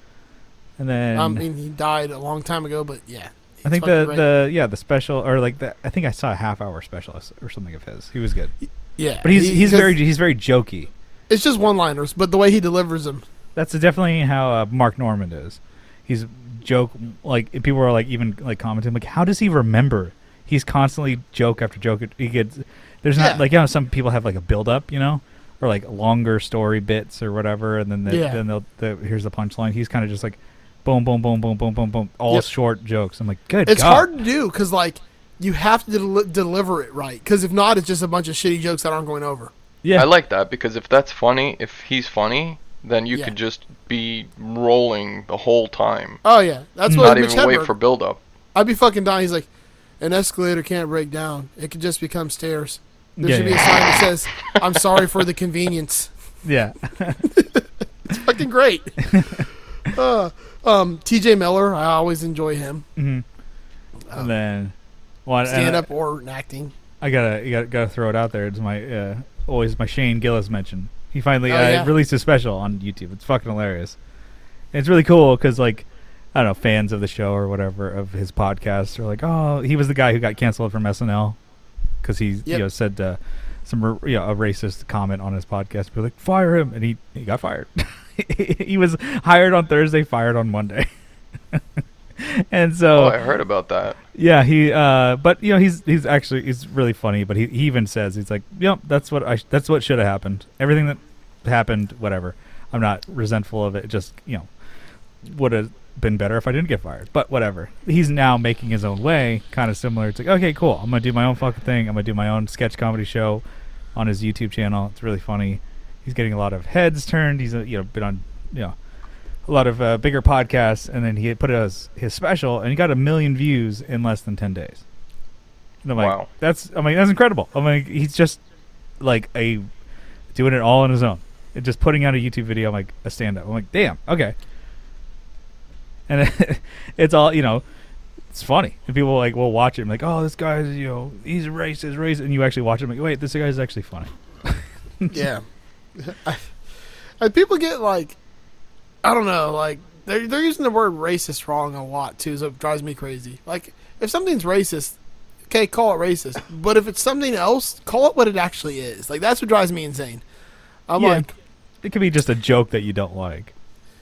And then I mean, Um, he died a long time ago, but yeah. I he's think fucking the, great. the yeah the special or like the I think I saw a half hour special or something of his. He was good, yeah, but he's he- he's because very he's very jokey. It's just one liners, but the way he delivers them, That's definitely how uh, Mark Norman is. He's joke like and people are like even like commenting like how does he remember? He's constantly joke after joke. He gets there's not Yeah. like you know some people have like a build up you know or like longer story bits or whatever and then the, Yeah. then they'll the, here's the punchline. He's kind of just like boom boom boom boom boom boom boom all Yep. short jokes. I'm like good. it's God. hard to do because like you have to del- deliver it right. Because if not, it's just a bunch of shitty jokes that aren't going over. Yeah. I like that because if that's funny, if he's funny, then you Yeah. could just be rolling the whole time, Hmm. Oh yeah, that's what not Mitch even Hedberg. wait for build up. I'd be fucking dying. He's like, an escalator can't break down. It could just become stairs. There Yeah, should be a yeah. sign that says, "I'm sorry for the convenience." yeah. fucking great. uh, um, T.J. Miller, I always enjoy him. hmm Um, and then well, and uh, Stand I- up or in acting. I gotta, you gotta gotta throw it out there. It's my uh, always my Shane Gillis mention. He finally Oh, uh, yeah. released a special on YouTube. It's fucking hilarious. And it's really cool because like I don't know fans of the show or whatever of his podcast are like, oh, he was the guy who got canceled from SNL because he you Yep. know said uh, some r- you know a racist comment on his podcast. But like fire him, and he he got fired. he was hired on Thursday, fired on Monday. and so Oh, I heard about that. yeah, he. Uh, but you know, he's he's actually he's really funny. But he, he even says he's like, "Yep, that's what I sh- that's what should have happened. Everything that happened, whatever. I'm not resentful of it. Just you know, would have been better if I didn't get fired. But whatever. He's now making his own way, kind of similar. It's like, okay, cool. I'm gonna do my own fucking thing. I'm gonna do my own sketch comedy show on his YouTube channel. It's really funny. He's getting a lot of heads turned. He's uh, you know been on you know a lot of uh, bigger podcasts, and then he had put out his, his special, and he got a million views in less than ten days. And I'm like, Wow. that's I mean, that's incredible. I mean, he's just like a doing it all on his own, and just putting out a YouTube video like a stand up. I'm like, damn, okay. And it's all you know. It's funny, and people like will watch it. and be like, oh, this guy's you know he's racist, racist, and you actually watch him like, wait, this guy's actually funny. yeah. I, I, people get like, I don't know, like they're they're using the word racist wrong a lot too, so it drives me crazy. Like if something's racist, okay, call it racist, but if it's something else, call it what it actually is. Like that's what drives me insane. I'm Yeah. like, It could be just a joke that you don't like.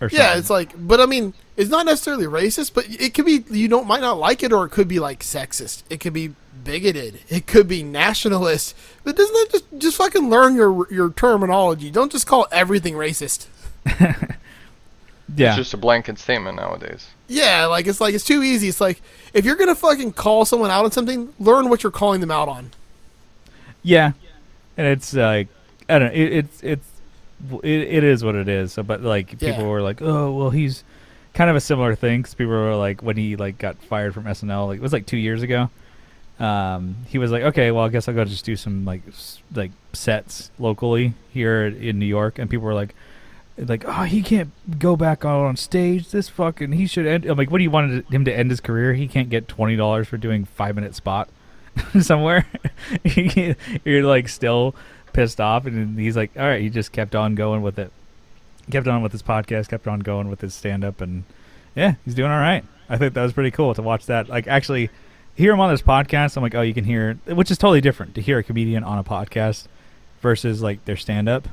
Or yeah, something. it's like, but I mean, it's not necessarily racist, but it could be you don't might not like it, or it could be like sexist. It could be bigoted. It could be nationalist. But doesn't that just just fucking learn your your terminology? Don't just call everything racist. yeah. It's just a blanket statement nowadays. Yeah, like it's like it's too easy. It's like if you're gonna fucking call someone out on something, learn what you're calling them out on. Yeah, and it's like I I don't know. It, it's it's it, it is what it is. So, but like people Yeah. were like, oh well, he's kind of a similar thing. 'cause people were like, when he like got fired from SNL, like it was like two years ago. Um, he was like, okay, well, I guess I'll go just do some like s- like sets locally here in New York, and people were like. Like oh he can't go back out on stage this fucking he should end I'm like what do you want him to end his career he can't get twenty dollars for doing five minute spot somewhere you're like still pissed off and then he's like all right he just kept on going with it kept on with his podcast kept on going with his stand up and yeah he's doing all right i think that was pretty cool to watch that like actually hear him on this podcast i'm like oh you can hear which is totally different to hear a comedian on a podcast versus like their stand up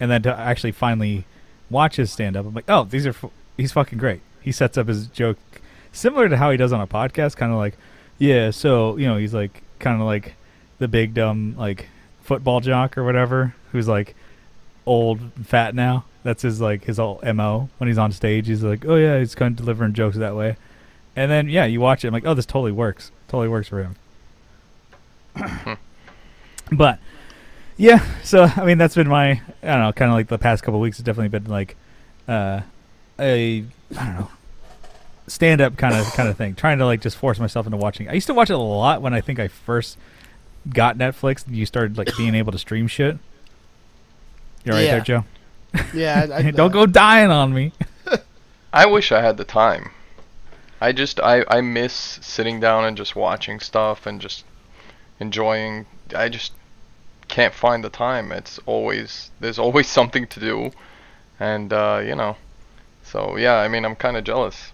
and then to actually finally watch his stand up i'm like oh these are f- he's fucking great he sets up his joke similar to how he does on a podcast kind of like yeah, so you know he's like kind of like the big dumb like football jock or whatever, who's like old and fat now. That's his like his old mo when he's on stage. He's like, oh yeah, he's kind of delivering jokes that way. And then yeah, you watch it. I'm like, oh, this totally works. Totally works for him. Hmm. but yeah, so I mean that's been my I don't know, kind of like the past couple weeks. It's definitely been like uh, a I don't know stand up kind of kind of thing. Trying to like just force myself into watching. I used to watch it a lot when I think I first got Netflix. and You started like being able to stream shit. You're right Yeah. there, Joe. Yeah, I, uh, I, Don't go dying on me. I wish I had the time. I just I, I miss sitting down and just watching stuff and just enjoying. I just can't find the time. It's always there's always something to do, and uh, you know. So yeah, I mean I'm kind of jealous.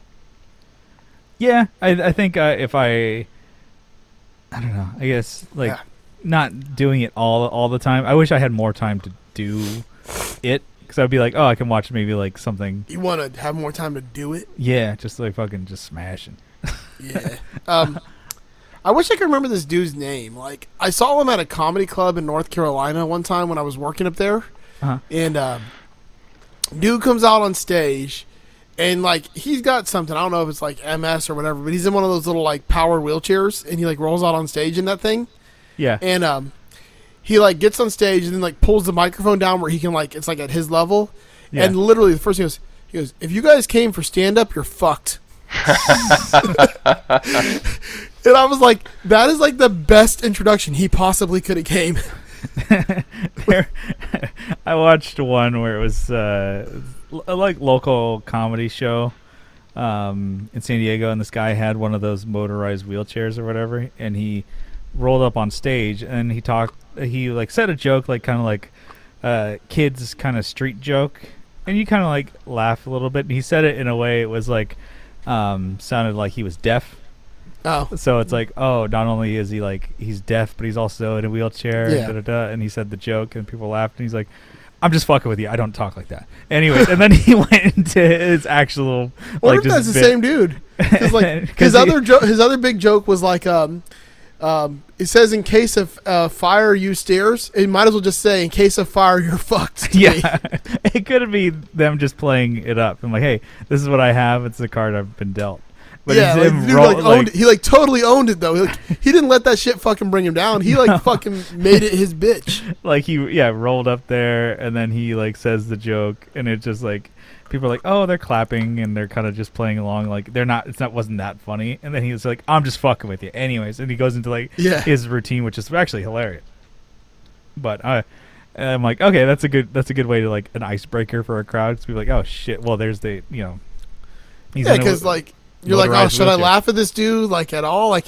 Yeah, I I think uh, if I, I don't know. I guess like Yeah. not doing it all all the time. I wish I had more time to do it because I'd be like, oh, I can watch maybe like something. You want to have more time to do it? Yeah, just like fucking just smashing. Yeah. Um, I wish I could remember this dude's name. Like, I saw him at a comedy club in North Carolina one time when I was working up there. Uh-huh. And um, dude comes out on stage, and like he's got something. I don't know if it's like MS or whatever, but he's in one of those little like power wheelchairs, and he like rolls out on stage in that thing. Yeah, and um, he like gets on stage and then like pulls the microphone down where he can like it's like at his level, Yeah. and literally the first thing he goes, he goes, if you guys came for stand up, you're fucked. and I was like, that is like the best introduction he possibly could have came. There- I watched one where it was uh, l- a, like local comedy show um, in San Diego, and this guy had one of those motorized wheelchairs or whatever, and he rolled up on stage and he talked. He like said a joke, like kind of like uh, kids kind of street joke, and you kind of like laugh a little bit. And he said it in a way it was like um, sounded like he was deaf. Oh, So it's like, oh, not only is he like he's deaf, but he's also in a wheelchair. Yeah. da, da, da, and he said the joke, and people laughed, and he's like, I'm just fucking with you. I don't talk like that. Anyways, and then he went into his actual wonder like if that's just the bit. same dude. Because like 'Cause his he- other jo- his other big joke was like um. Um, it says in case of uh, fire, you stairs. It might as well just say in case of fire, you're fucked. to me. Yeah, it could be them just playing it up. I'm like, hey, this is what I have. It's the card I've been dealt. But yeah, it's like, him dude, roll- like, owned it. he like totally owned it though. He, like, he didn't let that shit fucking bring him down. He like fucking made it his bitch. like he yeah rolled up there and then he like says the joke and it just like people are like oh they're clapping and they're kind of just playing along like they're not it's not wasn't that funny and then he was like i'm just fucking with you anyways and he goes into like Yeah. his routine which is actually hilarious but i i'm like okay that's a good that's a good way to like an icebreaker for a crowd to be like oh shit well there's the you know he's yeah, in a- because like you're like, oh, motorized should I wheelchair. laugh at this dude like at all? Like,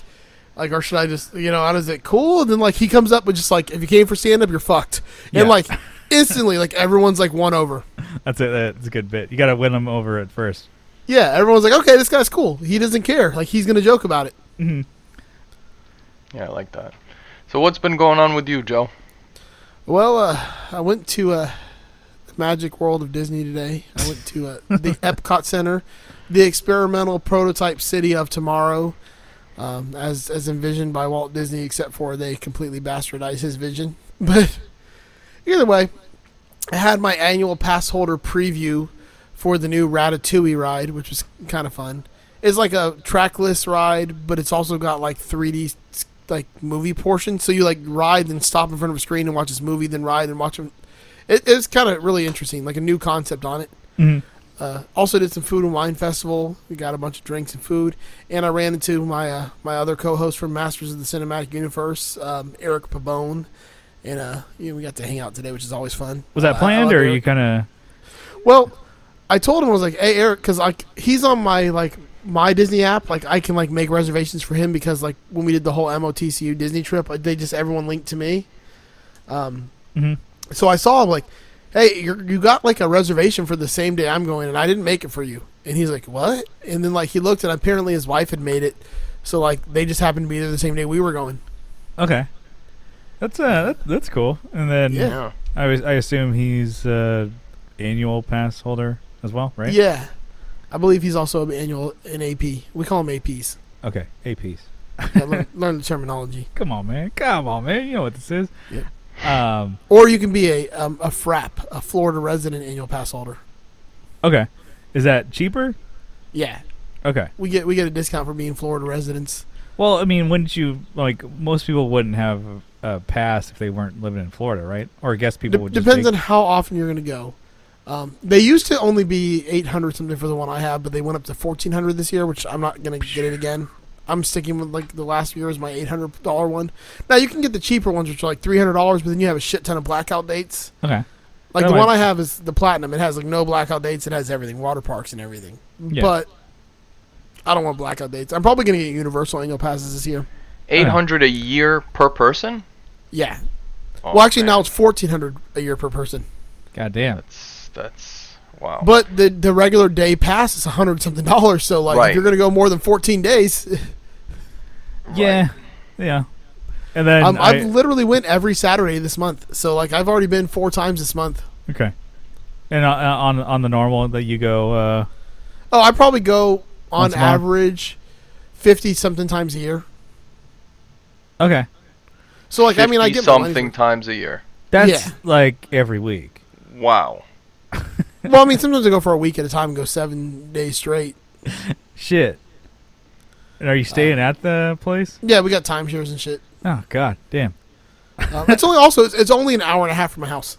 like or should I just you know? How does it cool? And then like he comes up with just like if you came for stand up, you're fucked. Yeah. And like instantly, like everyone's like won over. that's it that's a good bit you gotta win them over at first Yeah, everyone's like, okay, this guy's cool. He doesn't care. Like he's gonna joke about it. Mm-hmm. Yeah, I like that. So what's been going on with you, Joe? Well, uh, I went to uh, the Magic World of Disney today. I went to uh, the Epcot Center, the experimental prototype city of tomorrow, um, as as envisioned by Walt Disney. Except for they completely bastardized his vision. But either way, I had my annual pass holder preview for the new Ratatouille ride, which was kind of fun. It's like a trackless ride, but it's also got like 3D like movie portion. So you like ride then stop in front of a screen and watch this movie, then ride and watch a It, it's kind of really interesting, like a new concept on it. Mhm. Uh, also did some food and wine festival. We got a bunch of drinks and food, and I ran into my uh, my other co-host from Masters of the Cinematic Universe, um, Eric Pabone, and uh, you know, we got to hang out today, which is always fun. Was that Uh, I planned, love or Eric. you kind of? Well, I told him I was like, "Hey, Eric, because like he's on my like my Disney app. Like I can like make reservations for him because like when we did the whole MOTCU Disney trip, like, they just everyone linked to me. Um, Mhm. so I saw him like, "Hey, you you got like a reservation for the same day I'm going, and I didn't make it for you." And he's like, "What?" And then like he looked, and apparently his wife had made it. So like they just happened to be there the same day we were going. Okay, that's uh, that, that's cool. And then Yeah. Yeah. I was, I assume he's uh, annual pass holder as well, right? Yeah, I believe he's also an annual an AP. We call him APs. Okay, APs. Yeah, learn, learn the terminology. Come on, man. Come on, man. You know what this is. Um. Or you can be a um, a frap, a Florida resident annual pass holder. Okay. Is that cheaper? Yeah, Okay. we get we get a discount for being Florida residents. Well, I mean, wouldn't you like most people wouldn't have a, a pass if they weren't living in Florida, right? Or I guess people De- would just depends make- on how often you're going to go. Um, they used to only be 800 something for the one I have, but they went up to 1400 this year, which I'm not going to get it again. I'm sticking with like the last year is my $800 one. Now you can get the cheaper ones, which are like $300, but then you have a shit ton of blackout dates. Okay. Like That the might- one I have is the platinum. It has like no blackout dates. It has everything, water parks and everything. Yeah. But I don't want blackout dates. I'm probably gonna get universal annual passes this year. Eight hundred a year per person. Yeah. Oh, well, actually, man, now it's fourteen hundred a year per person. God damn. that's that's wow. But the the regular day pass is a hundred something dollars. So like, Right. if you're gonna go more than fourteen days, Yeah. Yeah. And then um, I- I've literally went every Saturday this month. So like, I've already been four times this month. okay. And on- on on the normal that you go uh Oh, I probably go on Once a month. average fifty something times a year. uh, okay. So like, I mean, I 50 get my money's something times a year. That's Yeah. like every week. Wow. worth. Well, I mean, sometimes I go for a week at a time and go seven days straight. Shit. And Uh, are you staying at the place? Yeah, we got timeshares and shit. Oh god, damn. Um, it's only also it's, it's only an hour and a half from my house.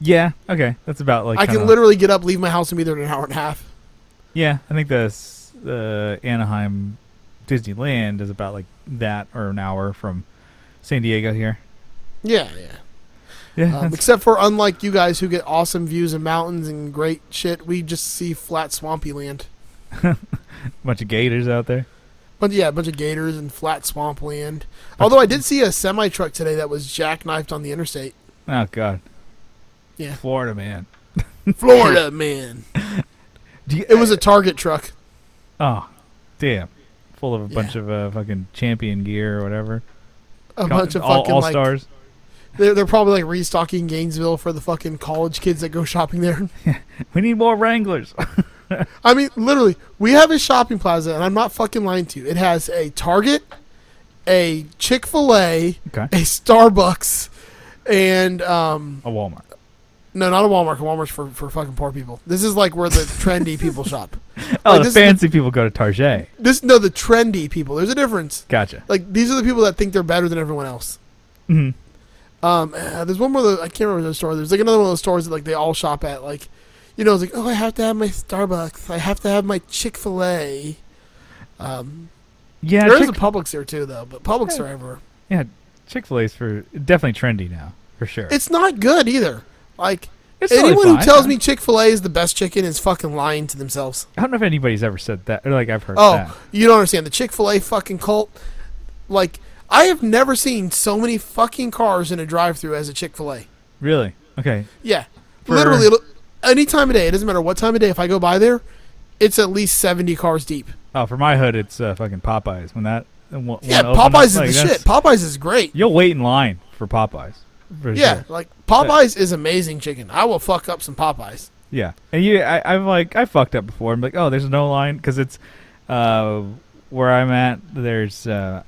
Yeah, okay. That's about like I can kinda- literally get up, leave my house, and be there in an hour and a half. Yeah, I think the s- uh, Anaheim Disneyland is about like that or an hour from San Diego here. Yeah, yeah. Yeah. Um, that's- except for unlike you guys who get awesome views and mountains and great shit, we just see flat swampy land. bunch of gators out there. But yeah, a bunch of gators and flat swamp land. Although I did see a semi truck today that was jackknifed on the interstate. Oh God. Yeah. Florida man. Florida man, Do you, it was a Target truck. oh, damn, full of a bunch Yeah. of uh, fucking champion gear or whatever. A bunch of all, fucking all like stars. they're they're probably like restocking Gainesville for the fucking college kids that go shopping there. We need more Wranglers. I mean, literally, we have a shopping plaza, and I'm not fucking lying to you. It has a Target, a Chick Fil A, okay. a Starbucks, and um, A Walmart. no, not a Walmart. Walmart's for for fucking poor people. This is like where the trendy people shop. Oh, this the is the- fancy people go to Target. This no, the trendy people. There's a difference. Gotcha. Like these are the people that think they're better than everyone else. hmm Um, uh, there's one more. That, I can't remember the store. There's like another one of those stores that like they all shop at. Like, you know, it's like oh, I have to have my Starbucks. I have to have my Chick Fil A. Um, Yeah. There is Chick- a Publix there too, though, but Publix are everywhere. yeah. Chick Fil A's for definitely trendy now for sure. It's not good either. Like It's totally anyone who fine. tells me Chick Fil A is the best chicken is fucking lying to themselves. I don't know if anybody's ever said that. Or like I've heard Oh, that. you don't understand the Chick Fil A fucking cult. Like I have never seen so many fucking cars in a drive-through as a Chick Fil A. Really? Okay. Yeah, For- literally, it'll- any time of day. It doesn't matter what time of day. If I go by there, it's at least seventy cars deep. Oh, for my hood, it's uh, fucking Popeyes. When that when one Yeah, opened up, Popeyes is like, the that's- shit. Popeyes is great. You'll wait in line for Popeyes. For Yeah, sure. like Popeyes is amazing chicken. I will fuck up some Popeyes. Yeah. And you, I, I've like, I fucked up before. I'm like, oh, there's no line because it's uh, where I'm at. There's uh,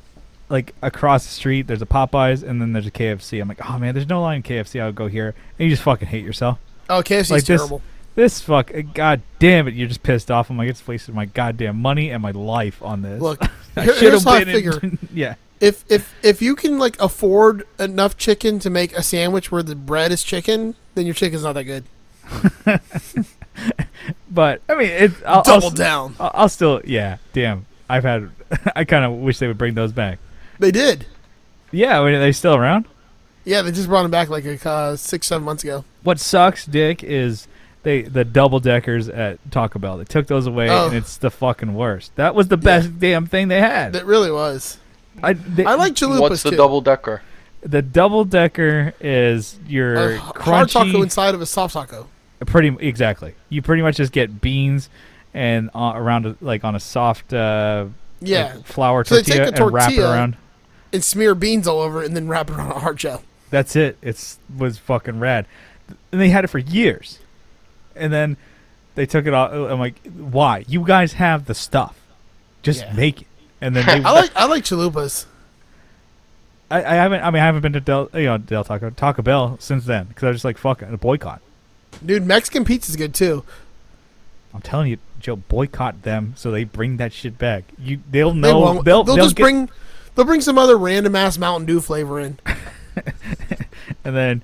like across the street. There's a Popeyes and then there's a KFC. I'm like, oh man, there's no line in KFC. I'll go here. And you just fucking hate yourself. Oh, KFC's Like this- terrible. This fuck, uh, god damn it, you're just pissed off. I'm like, it's wasted my goddamn money and my life on this. Look, I here- should've here's how I been in- figure. yeah. if if if you can like afford enough chicken to make a sandwich where the bread is chicken, then your chicken's not that good. But I mean, it, I'll, I'll Double s- down. I'll, I'll still, yeah. Damn, I've had. I kind of wish they would bring those back. They did. Yeah, I mean, are they still around? Yeah, they just brought them back like uh, six seven months ago. What sucks, Dick, is they the double deckers at Taco Bell. They took those away, Oh. and it's the fucking worst. That was the best damn thing they had. That really was. I, they- I like chalupas What's the too. double decker? the double decker is your A h- hard crunchy, taco inside of a soft taco. pretty exactly. You pretty much just get beans and uh, around a, like on a soft uh, Yeah, like, flour So they take tortilla, the and wrap it tortilla- around. and smear beans all over it, and then wrap it around a hard shell. That's it. It's was fucking rad, and they had it for years, and then they took it off. I'm like, why? You guys have the stuff, just Yeah. make it. And then they, I like I like chalupas. I, I haven't. I mean, I haven't been to Del, you know, Del Taco, Taco Bell since then because I was just like, fuck, it, a boycott. Dude, Mexican pizza's good too. I'm telling you, Joe, boycott them so they bring that shit back. You, they'll They know. won't- They will they'll, they'll, just get- bring they'll bring some other random ass Mountain Dew flavor in. And then,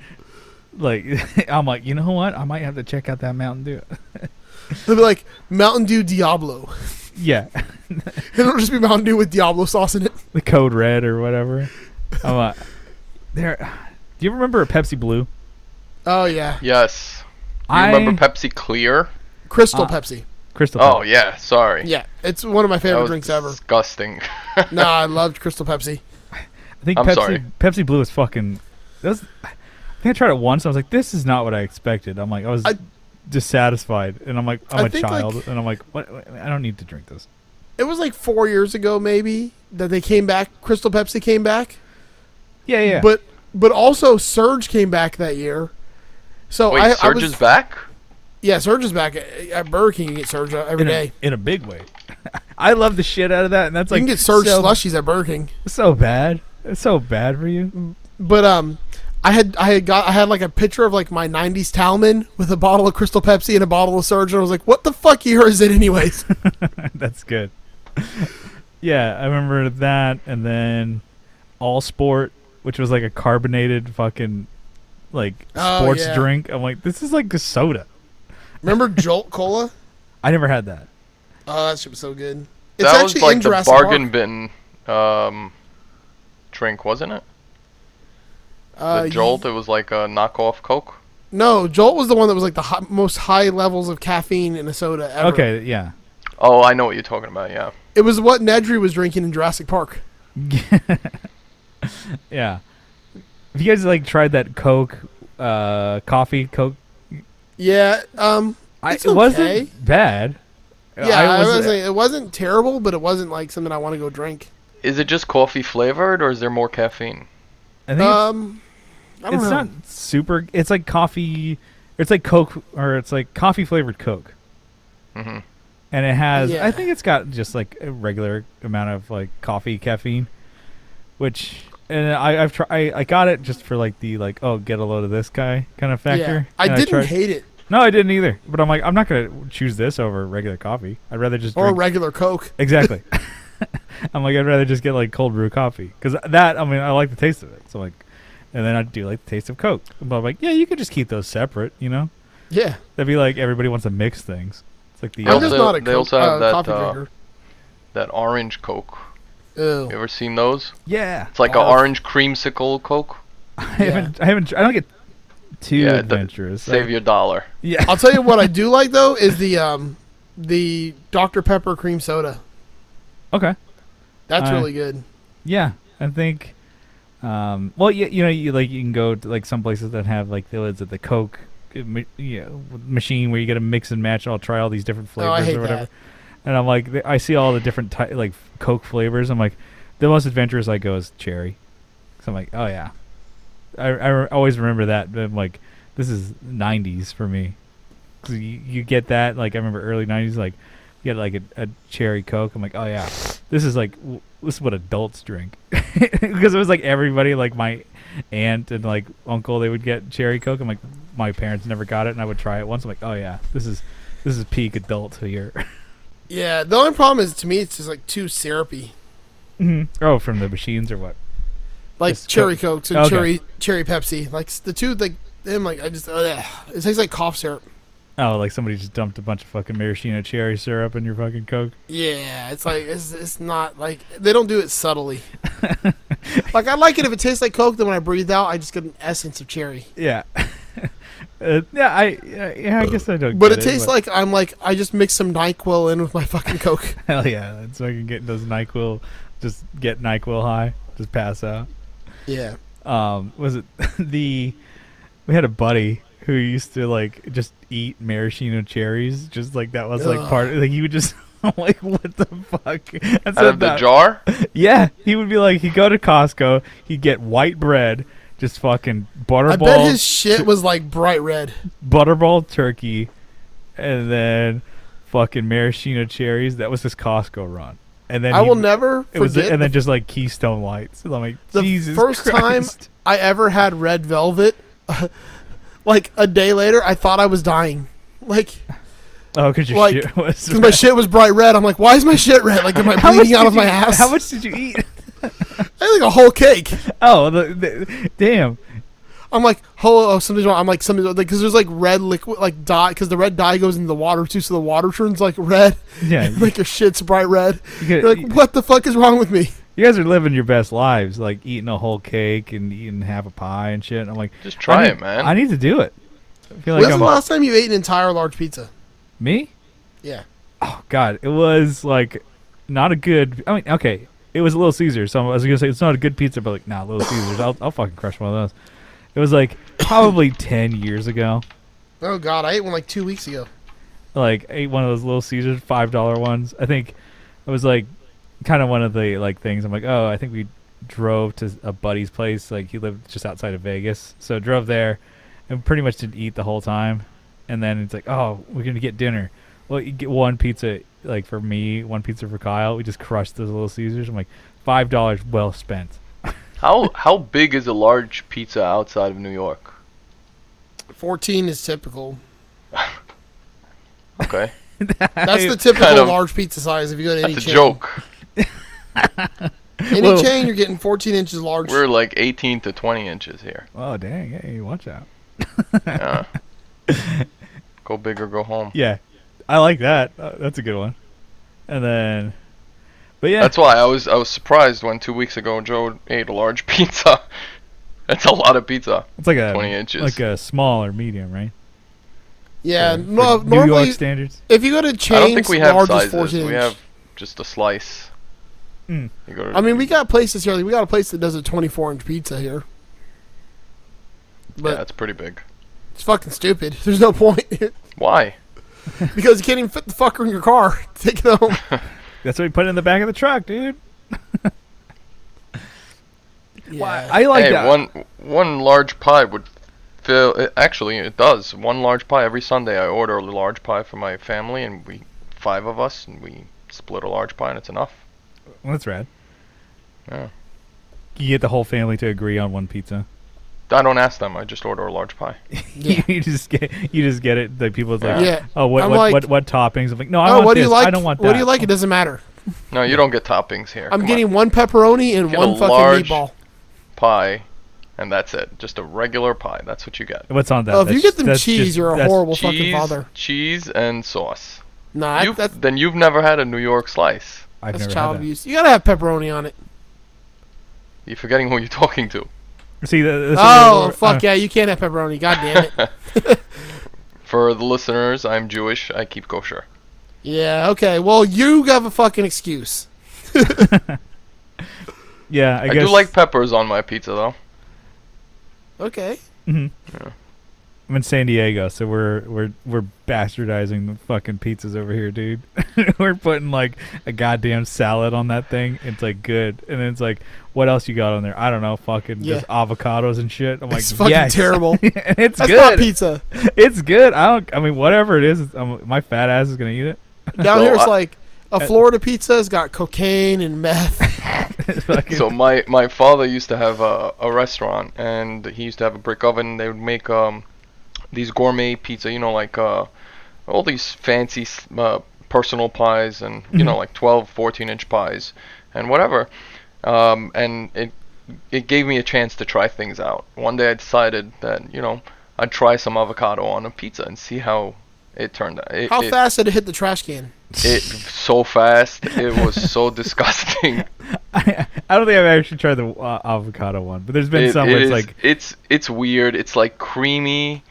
like, I'm like, you know what? I might have to check out that Mountain Dew. They'll be like Mountain Dew Diablo. yeah, It'll just be Mountain Dew with Diablo sauce in it. the Code Red or whatever. I'm like, there. Do you remember Pepsi Blue? Oh yeah, Yes. You I remember Pepsi Clear? Crystal Uh, Pepsi. Crystal. Oh Pepsi. yeah, sorry. Yeah, it's one of my that favorite was drinks ever. disgusting. No, I loved Crystal Pepsi. I think I'm Pepsi, sorry. Pepsi Blue is fucking. That was, I think I tried it once. I was like, this is not what I expected. I'm like, I was I- dissatisfied, and I'm like, I'm I a think, child, like- and I'm like, what? what- I don't need to drink this. It was like four years ago, maybe that they came back. Crystal Pepsi came back, Yeah, yeah. but but also Surge came back that year. So Wait, Oh, I, Surge I was, is back? Yeah, Surge is back at, at Burger King. You get Surge every in day. a, in a big way. I love the shit out of that, and that's you like can get Surge so, slushies at Burger King. so bad. It's so bad for you. But um, I had I had got I had like a picture of like my '90s Talman with a bottle of Crystal Pepsi and a bottle of Surge, and I was like, "What the fuck year is it, anyways?" that's good. yeah, I remember that, and then All Sport, which was like a carbonated fucking like Oh, sports yeah. drink. I'm like, this is like a soda. Remember Jolt Cola? I never had that. Oh, that shit was so good. It's That was actually like in the Jurassic bargain Park. bin um, drink, wasn't it? Uh, the Jolt. It was like a knockoff Coke. No, Jolt was the one that was like the hi- most high levels of caffeine in a soda ever. Okay, yeah. Oh, I know what you're talking about. Yeah. It was what Nedry was drinking in Jurassic Park. yeah. Have you guys like tried that Coke uh coffee Coke? Yeah, um, I, It's It okay. wasn't bad. yeah, I wasn't- was like, it wasn't terrible, but it wasn't like something I want to go drink. Is it just coffee flavored, or is there more caffeine? I think it's- Um, I don't it's know. not super. It's like coffee. It's like Coke, or it's like coffee flavored Coke. hmm And it has. Yeah. I think it's got just like a regular amount of like coffee caffeine, which and I, I've tried. I, I got it just for like the like oh get a load of this guy kind of factor. Yeah, I and didn't tried- hate it No, I didn't either. But I'm like, I'm not gonna choose this over regular coffee. I'd rather just or drink. regular Coke. exactly. I'm like, I'd rather just get like cold brew coffee because that. I mean, I like the taste of it. So like, and then I do like the taste of Coke. But I'm like, yeah, you could just keep those separate. You know, Yeah, that'd be like everybody wants to mix things. It's like the They I'm old- just also- not a they Coke, also have uh, that, coffee uh, drinker. That orange Coke. Ew. You ever seen those? yeah. It's like Oh. a orange creamsicle Coke. I haven't. I haven't. tr- I don't get too Yeah, the- adventurous. I- Save your dollar. yeah. I'll tell you what I do like though is the um, the Dr Pepper cream soda. Okay. That's Uh, really good. Yeah, I think. Um, well, you, you know, you like you can go to like some places that have like the is it the Coke, uh, ma- you know, machine where you get to mix and match. I'll try all these different Oh, flavors I hate or whatever. that. And I'm like, th- I see all the different ty- like Coke flavors. I'm like, the most adventurous I go is cherry. So I'm like, oh yeah, I, I re- always remember that. but I'm like, this is '90s for me. 'Cause you, you get that like I remember early '90s like you get like a, a cherry Coke. I'm like, oh yeah, this is like w- this is what adults drink because it was like everybody like my aunt and like uncle they would get cherry Coke. I'm like, my parents never got it, and I would try it once. I'm like, oh yeah, this is this is peak adult here. Yeah, the only problem is to me it's just like too syrupy. Mhm. Oh, from the machines or what? like Just cherry cokes and Okay. cherry cherry Pepsi. Like s- the two like them like I just ugh. it tastes like cough syrup. Oh, like somebody just dumped a bunch of fucking maraschino cherry syrup in your fucking Coke. Yeah, it's like it's, it's not like they don't do it subtly. like I like it if it tastes like Coke. Then when I breathe out, I just get an essence of cherry. Yeah. uh, yeah, I uh, yeah, I guess I don't. But get it tastes like I'm like I just mixed some Nyquil in with my fucking Coke. hell yeah. So I can get those Nyquil, just get Nyquil high, just pass out. yeah, um, was it the we had a buddy who used to like just eat maraschino cherries just like that was like Ugh. part like he would just I'm like what the fuck and Out of the jar? yeah he would be like he'd go to costco he'd get white bread just fucking I bet butterball his shit was like bright red. butterball turkey and then fucking maraschino cherries that was his costco run and then I he- will never it was forget and then just like keystone lights and i'm like the jesus first time Christ. I ever had red velvet. like a day later, I thought I was dying. Like. oh because your like, shit was Because my shit was bright red. I'm like, why is my shit red? Like, am I bleeding out did of my you- ass? How much did you eat? I had like a whole cake. Oh, the, the, damn. I'm like, oh, oh something's wrong. I'm like, something's wrong. Because there's like red liquid, like dye, because the red dye goes into the water too, so the water turns like red. Yeah, you, like your shit's bright red. you, You're like, what the fuck is wrong with me? you guys are living your best lives, like eating a whole cake and eating half a pie and shit. I'm like, Just I try need, it, man. I need to do it. I feel like um, When's I'm the last time you ate an entire large pizza? me. Yeah. Oh God, it was like not a good. I mean, okay, it was Little Caesars. So I was gonna say it's not a good pizza, but like, nah, Little Caesars. I'll, I'll fucking crush one of those. It was like probably ten years ago. Oh, God. I ate one like two weeks ago. like ate one of those little Caesars five dollar ones. I think it was like kind of one of the like things. I'm like, oh, I think we drove to a buddy's place. Like he lived just outside of Vegas, so drove there and pretty much didn't eat the whole time. And then it's like, oh, we're gonna get dinner. Well, you get one pizza like for me, one pizza for Kyle. We just crushed those little Caesars. I'm like, five dollars well spent. How how big is a large pizza outside of New York? 14 is typical. Okay. That's the typical Kind of- large pizza size if you go to any That's a chain. joke. Any Well- chain, you're getting 14 inches large. We're like 18 to 20 inches here. oh dang, hey, watch out. Yeah. go big or go home. Yeah, I like that. Uh, that's a good one. And then, but yeah, That's why I was I was surprised when two weeks ago Joe ate a large pizza. That's a lot of pizza. It's like a 20 inches. like a small or medium, right? yeah. For- No, for New normally, York standards. If you go to I chains, don't think we have large is sizes. 14 We inch. have just a slice. Mm. You go to- I mean, we got places here. Like, we got a place that does a 24 inch pizza here. yeah, But that's pretty big. it's fucking stupid. There's no point Why? because you can't even fit the fucker in your car. Take it home. That's what we put in the back of the truck, dude. Why- Yeah. I like hey, that. one one large pie would fill. it- Actually, it does. One large pie every Sunday. I order a large pie for my family, and we five of us, and we split a large pie, and it's enough. Well, that's rad. Yeah. You get the whole family to agree on one pizza. I don't ask them. I just order a large pie. Yeah. you just get you just get it. The people like, Yeah. oh, what I'm what, like- what what toppings? I'm like, no, I oh, want what do this. you like? I don't want that. What do you like? It doesn't matter. No, you don't get toppings here. I'm Come on. getting one pepperoni and Get a one fucking large meatball. pie, and that's it. Just a regular pie. That's what you get. What's on that? Oh, if you That's- get them that's cheese, just- you're a that's- horrible fucking cheese, father. cheese and sauce. Nah, You've- that's, then you've never had a New York slice. I've that's never child had abuse. You gotta have pepperoni on it. You're forgetting who you're talking to. that. See, th- this is Oh, where- fuck uh, yeah, you can't have pepperoni. God damn it. For the listeners, I'm Jewish. I keep kosher. yeah, okay. Well, you have a fucking excuse. yeah. I, I, guess, do like peppers on my pizza, though. Okay. I'm in San Diego, so we're we're we're bastardizing the fucking pizzas over here, dude. we're putting like a goddamn salad on that thing. It's like good, and then it's like, what else you got on there? I don't know, fucking Yeah. just avocados and shit. I'm like, it's fucking yes. terrible. That's it's not good. pizza. It's good. I don't. I mean, whatever it is, it's- I'm, my fat ass is gonna eat it. Down So here, it's I- like a Florida pizza has got cocaine and meth. It's fucking- So my, my father used to have a, a restaurant, and he used to have a brick oven. They would make um, these gourmet pizza, you know, like uh, all these fancy s- uh, personal pies and Mm-hmm. you know like 12, 14 inch pies and whatever. Um, and it it gave me a chance to try things out. One day I decided that you know I'd try some avocado on a pizza and see how it turned out. It, How it- fast did it hit the trash can? It so fast. It was so disgusting. I, I don't think I've actually tried the uh, avocado one, but there's been It- some it where it's is- like it's it's weird. It's like creamy,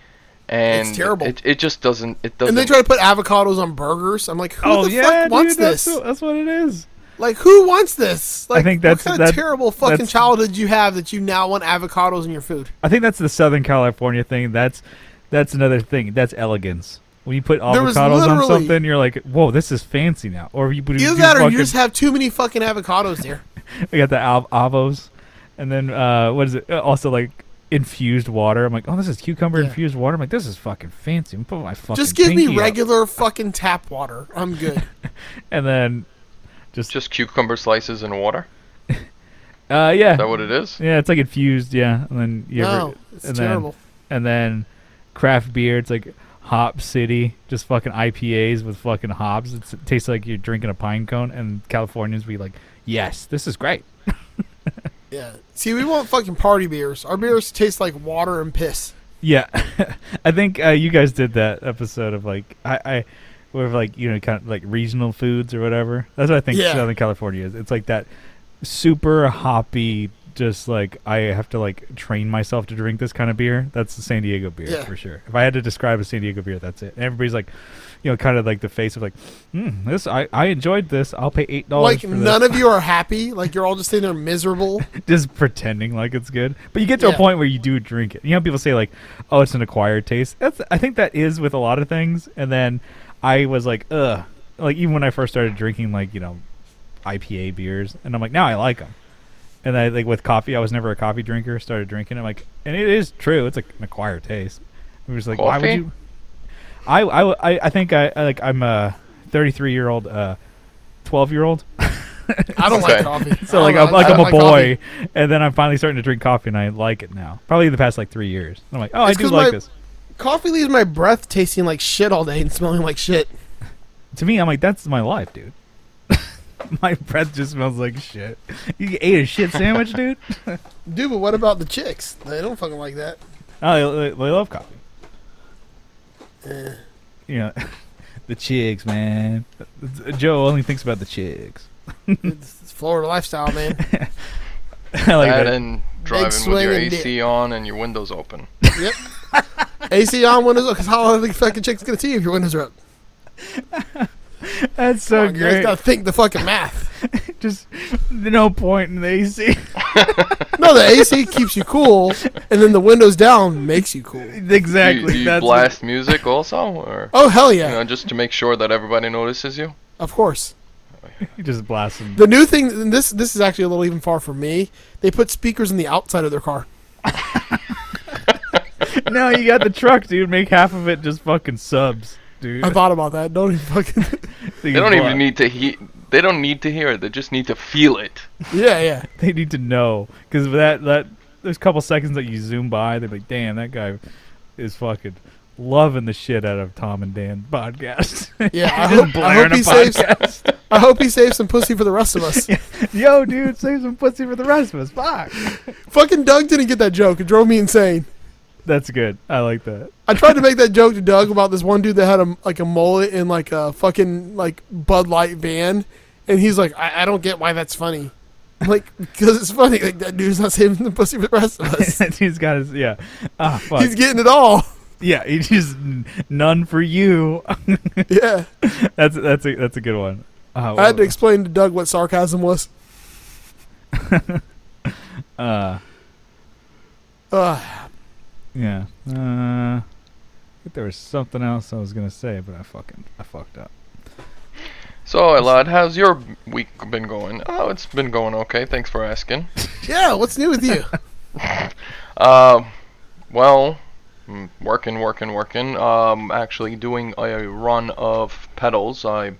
and It's terrible. It, it just doesn't. It doesn't. And they try to put avocados on burgers. I'm like, who oh the yeah, fuck wants dude, that's, this? that's what it is. Like, who wants this? Like, think that's- what kind that- of terrible fucking that's- childhood you have that you now want avocados in your food. I think that's the Southern California thing. That's that's another thing. That's elegance. When you put There was avocados on literally- something, you're like, "Whoa, this is fancy now." Or you put Either you that, or fucking, you just have too many fucking avocados there. I got the av- avos, and then uh, what is it? Uh, Also like infused water. I'm like, "Oh, this is cucumber Yeah. infused water." I'm like, "This is fucking fancy." I'm putting my fucking just give me pinky up. regular fucking tap water. I'm good. and then just, just cucumber slices and water. uh, yeah, Is that what it is? yeah, it's like infused, yeah, and then you ever- no, it's and then- terrible. and then craft beer. It's like Hop City, just fucking IPAs with fucking hops. It's, it tastes like you're drinking a pine cone. And Californians be like, "Yes, this is great." yeah. See, we want fucking party beers. Our beers taste like water and piss. Yeah, I think uh, you guys did that episode of like I, I with like you know kind of like regional foods or whatever. That's what I think Yeah. Southern California is. It's like that super hoppy. Just like I have to like train myself to drink this kind of beer. That's the San Diego beer Yeah. for sure. If I had to describe a San Diego beer, that's it. And everybody's like, you know, kind of like the face of like, mm, this I I enjoyed this. I'll pay eight dollars. like for none this. of you are happy. Like you're all just sitting there miserable. just pretending like it's good. But you get to Yeah. a point where you do drink it. You know, people say like, "Oh, it's an acquired taste." That's I think that is with a lot of things. And then I was like, "Ugh," like even when I first started drinking like you know IPA beers, and I'm like, now I like them. And I like with coffee, I was never a coffee drinker. Started drinking, I'm like, and it is true. It's like an acquired taste. It was like, why would Coffee? you? I I w- I- I think I, I like I'm a 33 year old, uh, 12 year old. I don't like Okay. coffee. So I like don't- I'm I like don't I'm a like boy, coffee. and then I'm finally starting to drink coffee, and I like it now. Probably the past like three years. I'm like, oh, It's I do 'cause like my- this. Coffee leaves my breath tasting like shit all day and smelling like shit. To me, I'm like, that's my life, dude. my breath just smells like shit. You ate a shit sandwich, dude. Dude, but what about the chicks? They don't fucking like that. Oh, they, they, they love coffee. Eh, You know, the chicks, man. Joe only thinks about the chicks. It's, it's Florida lifestyle, man. I like that that. and driving with your swinging AC on and your windows open. yep. AC on windows because how are the fucking chicks gonna see you if your windows are up? That's so You guys great. gotta think the fucking math. Just no point in the AC. No, the AC keeps you cool, and then the windows down makes you cool. Do you- exactly. do you, that's blast music also, or Oh hell you know, yeah, just to make sure that everybody notices you? of course. You just blast them. The new thing, and this this is actually a little even far from me. They put speakers in the outside of their car. no, you got the truck, dude. Make half of it just fucking subs, dude. I thought about that. Don't even fucking. they They don't even need to hear. They don't need to hear it. They just need to feel it. yeah, yeah. They need to know because that that there's a couple seconds that you zoom by. They're like, damn, that guy is fucking loving the shit out of Tom and Dan podcast. Yeah, I Just hope- I blaring hope he a saves- podcast. I hope he saves some pussy for the rest of us. Yo, dude, save some pussy for the rest of us. Fuck. Fucking Doug didn't get that joke. It drove me insane. That's good. I like that. I tried to make that joke to Doug about this one dude that had a like a mullet in like a fucking like Bud Light van, and he's like, I, I don't get why that's funny. I'm like, because it's funny. Like that dude's not saving the pussy for the rest of us. He's got his yeah. Ah, fuck. He's getting it all. yeah, he just none for you. Yeah, that's that's a that's a good one. Uh, I had to explain to Doug what sarcasm was. uh, Uh, Yeah. Uh, I think there was something else I was gonna say, but I fucking I fucked up. So, Elad, how's your week been going? Oh, it's been going okay. Thanks for asking. yeah, what's new with you? Uh, well, mm, working, working, working. Um, actually doing a run of pedals. I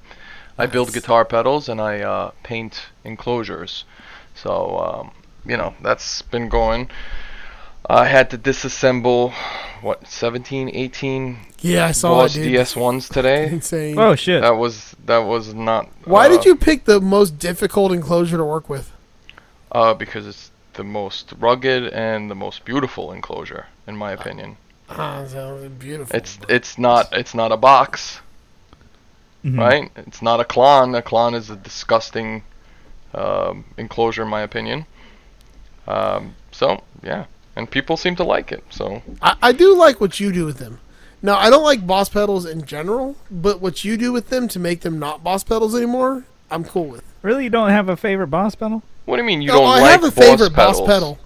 I build Nice. guitar pedals and I uh, paint enclosures. So um, you know that's been going. I had to disassemble what 17, 18 Yeah, I saw it, Boss dude. DS1s today. Insane. Oh shit! That was that was not. Why uh, did you pick the most difficult enclosure to work with? Uh, because it's the most rugged and the most beautiful enclosure, in my Uh, opinion. Ah, so beautiful. It's it's not it's not a box, Mhm. right? It's not a clon. A clon is a disgusting um, enclosure, in my opinion. Um, so yeah, and people seem to like it. So I, I do like what you do with them. Now, I don't like boss pedals in general, but what you do with them to make them not boss pedals anymore, I'm cool with. Really, you don't have a favorite boss battle? what do you mean you No, don't Oh, I like have a boss favorite pedals? boss pedal.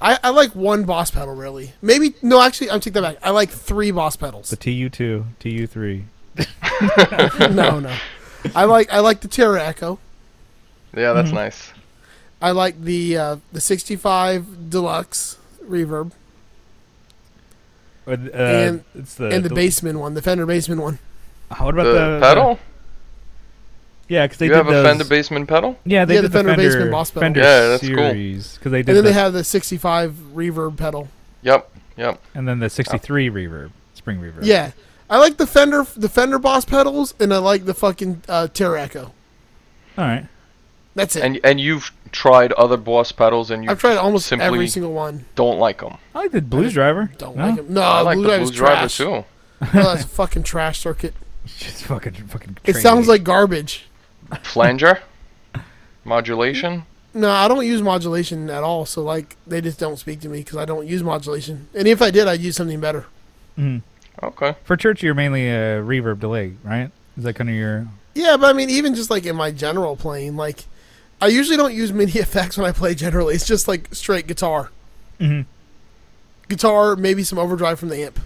I, I like one boss pedal, really. Maybe, no, actually, I'll take that back. I like three boss pedals. The TU two, TU three. no, no. I like I like the Terra Echo. Yeah, Mm-hmm. that's nice. I like the uh, the 65 Deluxe reverb Or, th- uh, And- it's Uh, the, and the del- Baseman one, the Fender Baseman one. Oh, What about The, the, pedal? The, yeah, because they you did have those, a Fender Baseman pedal? Yeah, they Yeah, did the Fender Fender, Basement boss pedal. Fender Yeah, that's cool. series because they did, And then the, they have the 65 reverb pedal. Yep, yep. and then the sixty three reverb, spring reverb. Yeah. I like the Fender the Fender Boss pedals and I like the fucking uh, Terra Echo. All right. That's it. And and you've tried other Boss pedals and you I've tried almost simply every single one. don't like them. I like the Blues Driver. Don't no? like them. No, I like Blue the Dive Blue is Driver trash. too. No, that's a fucking trash circuit. Just fucking fucking. It train sounds me. like garbage. Flanger, modulation. No, I don't use modulation at all. So like, they just don't speak to me because I don't use modulation. And if I did, I'd use something better. Mhm. Okay. for church. You're mainly a reverb delay, right? Is that kind of your? Yeah, but I mean, even just like in my general playing, like I usually don't use many effects when I play. Generally, it's just like straight guitar, Mhm. guitar, maybe some overdrive from the amp.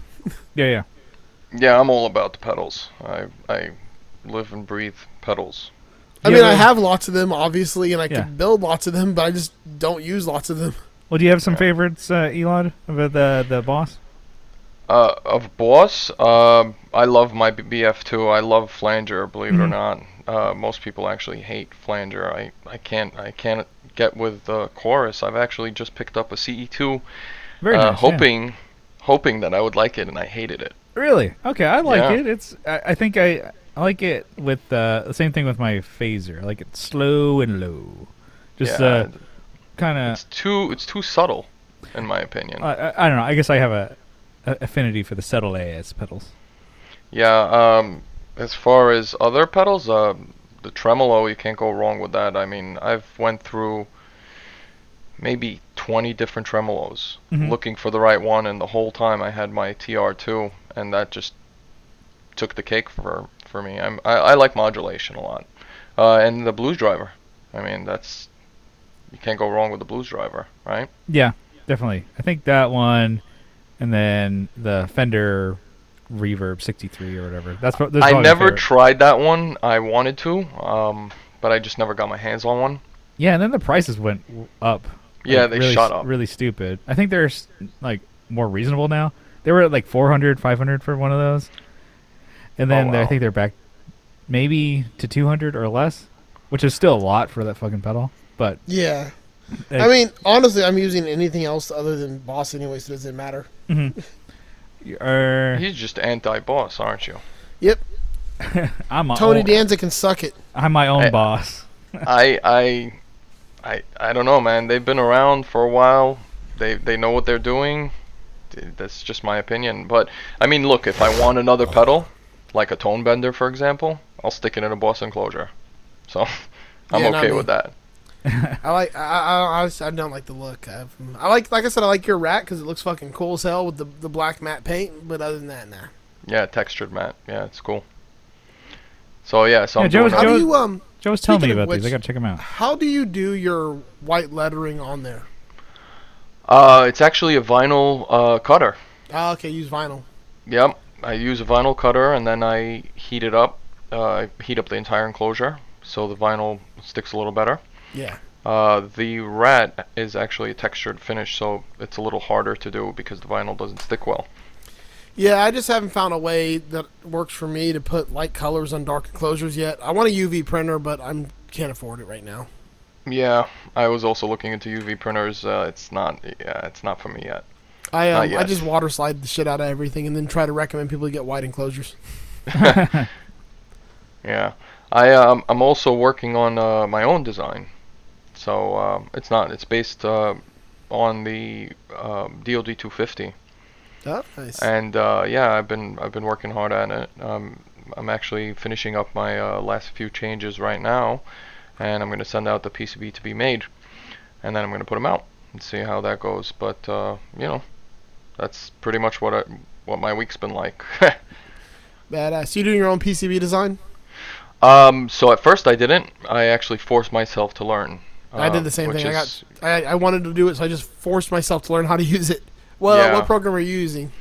Yeah, yeah. Yeah, I'm all about the pedals. I I live and breathe pedals. I Yeah, mean, I but- have lots of them, obviously, and I Yeah. could build lots of them, but I just don't use lots of them. Well, do you have some favorites, uh, Elon, about the the boss? Uh, of Boss, um, I love my BF2. I love Flanger, believe it or Mhm. not. Uh, most people actually hate Flanger. I, I can't I can't get with the chorus. I've actually just picked up a CE2, Very nice, uh, yeah. hoping hoping that I would like it, and I hated it. Really? Okay, I like Yeah. it. It's I, I think I I like it with uh, the same thing with my phaser. I like it slow and low, just Yeah, uh, kind it's of. too it's too subtle, in my opinion. I, I, I don't know. I guess I have a, a affinity for the subtle AS pedals. Yeah, um, as far as other pedals, uh, the tremolo, you can't go wrong with that. I mean, I've went through maybe 20 different tremolos Mhm. looking for the right one, and the whole time I had my TR2, and that just took the cake for for me. I'm, I I like modulation a lot, uh, and the blues driver. I mean, that's you can't go wrong with the blues driver, right? Yeah, definitely. I think that one, and then the Fender Reverb 63 or whatever. That's what. those are I my never favorite. tried that one. I wanted to, um, but I just never got my hands on one. yeah, and then the prices went w- up. Yeah, Like, they really shot s- up. Really stupid. I think they're s- like more reasonable now. They were at like 400, 500 for one of those, and then they- I Oh, wow. think they're back maybe to 200 or less, which is still a lot for that fucking pedal. But Yeah, Hey. I mean, honestly, I'm using anything else other than Boss anyway, so it doesn't matter. you are, He's just anti-boss, aren't you? Yep, I'm my Tony own, Danza can suck it. I'm my own I- boss. I, I, I, I don't know, man. They've been around for a while. They, they know what they're doing. Th- That's just my opinion. But I mean, look, if I want another pedal, like a tone bender, for example, I'll stick it in a boss enclosure. So I'm Yeah, not okay me. with that. I like. I I, I, just- I don't like the look. I, I like. Like I said, I like your rat because it looks fucking cool as hell with the, the black matte paint. But other than that, nah. Yeah, textured matte. Yeah, it's cool. So yeah, so Yeah, I'm Joe doing was- How that. Joe- do you um? Joe was telling me Speaking of about these. I which- gotta check them out. How do you do your white lettering on there? Uh, it's actually a vinyl uh, cutter. Ah, okay, use vinyl. Yep, I use a vinyl cutter and then I heat it up. Uh, I heat up the entire enclosure so the vinyl sticks a little better. Yeah. Uh, the rat is actually a textured finish, so it's a little harder to do because the vinyl doesn't stick well. Yeah, I just haven't found a way that works for me to put light colors on dark enclosures yet. I want a UV printer, but I'm can't afford it right now. Yeah, I was also looking into UV printers. Uh, it's not, yeah, it's not for me yet. I Not um, I yet. just water slide the shit out of everything and then try to recommend people to get wide enclosures. Yeah, I um, I'm also working on uh, my own design, so um, it's not. It's based uh, on the um, DoD 250, Oh, nice. and uh, yeah, I've been I've been working hard on it. Um, I'm actually finishing up my uh, last few changes right now, and I'm gonna send out the PCB to be made, and then I'm gonna put them out and see how that goes. But uh, you know, that's pretty much what I, what my week's been like. Badass. You doing your own PCB design? Um, so at first I didn't. I actually forced myself to learn. I did um, the same which thing. I got- is- I, I wanted to do it, so I just forced myself to learn how to use it. Well, Yeah. what program are you using?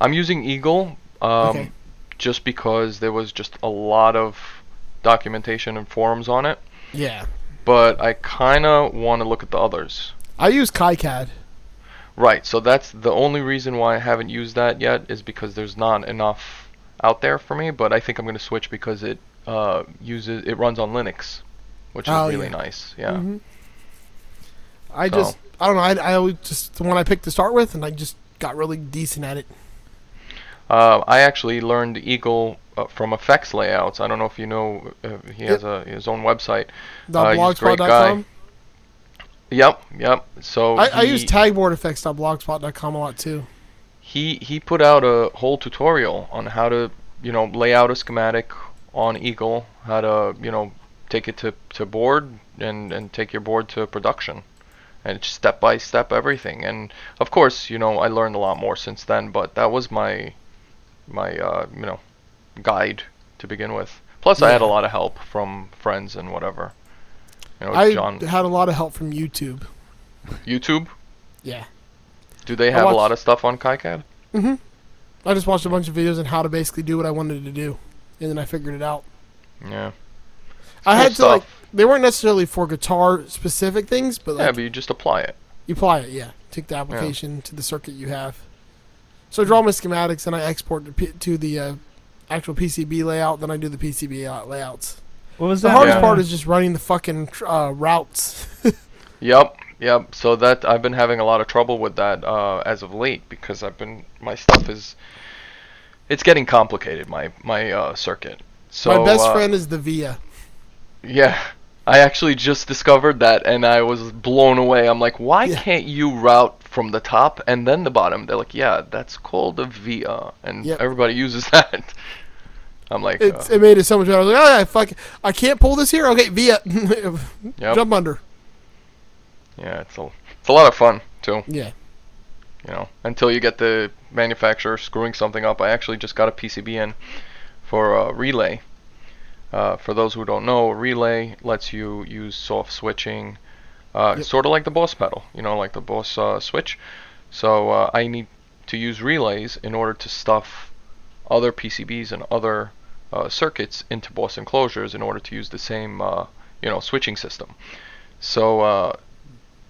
I'm using Eagle, um, Okay. just because there was just a lot of documentation and forums on it. Yeah, But I kind of want to look at the others. I use KiCad. Right. So that's the only reason why I haven't used that yet is because there's not enough out there for me. But I think I'm going to switch because it uh, uses it runs on Linux, which is Oh, really yeah. nice. Yeah. Mhm. I So- just I don't know. I, I always just the one I picked to start with, and I just got really decent at it. Uh, I actually learned Eagle uh, from Effects Layouts. I don't know if you know, uh, he has a his own website. The Uh, he's a great blogspot.com. Yep, yep. So I, I he, use tagboardeffects.blogspot.com a lot too. he he put out a whole tutorial on how to you know lay out a schematic on Eagle, how to you know take it to, to board and and take your board to production, and it's step by step everything. And of course, you know I learned a lot more since then, but that was my my uh, you know guide to begin with. Plus, I had a Yeah. lot of help from friends and whatever. You know, I Oh, John, had a lot of help from YouTube. YouTube. Yeah. Do they have watched- a lot of stuff on KiCad? Mm-hmm. I just watched a bunch of videos on how to basically do what I wanted to do, and then I figured it out. Yeah. I Cool had to like stuff. they weren't necessarily for guitar specific things, but Yeah, like but you just apply it. you apply it, yeah. Take the application to the circuit you have. So I draw my schematics and I export to, P- to the uh, actual PCB layout. Then I do the PCB out- layouts. What was The that? hardest uh, part is just running the fucking tr- uh, routes. Yep, yep. So that I've been having a lot of trouble with that uh, as of late because I've been my stuff is it's getting complicated my my uh, circuit. So my best uh, friend is the VIA. Yeah. I actually just discovered that and I was blown away. I'm like, why Yeah. can't you route from the top and then the bottom? They're like, yeah, that's called a VIA, and Yep. everybody uses that. I'm like, uh, It's, it made it so much better. I was like, oh, yeah, fuck, I can't pull this here. Okay, VIA, yep. jump under. yeah, it's a it's a lot of fun too. Yeah. you know, until you get the manufacturer screwing something up. I actually just got a PCB in for a relay. Uh, for those who don't know, a relay lets you use soft switching, uh, Yep. sort of like the Boss pedal, you know, like the Boss uh, switch. So uh, I need to use relays in order to stuff other PCBs and other uh, circuits into Boss enclosures in order to use the same, uh, you know, switching system. So uh,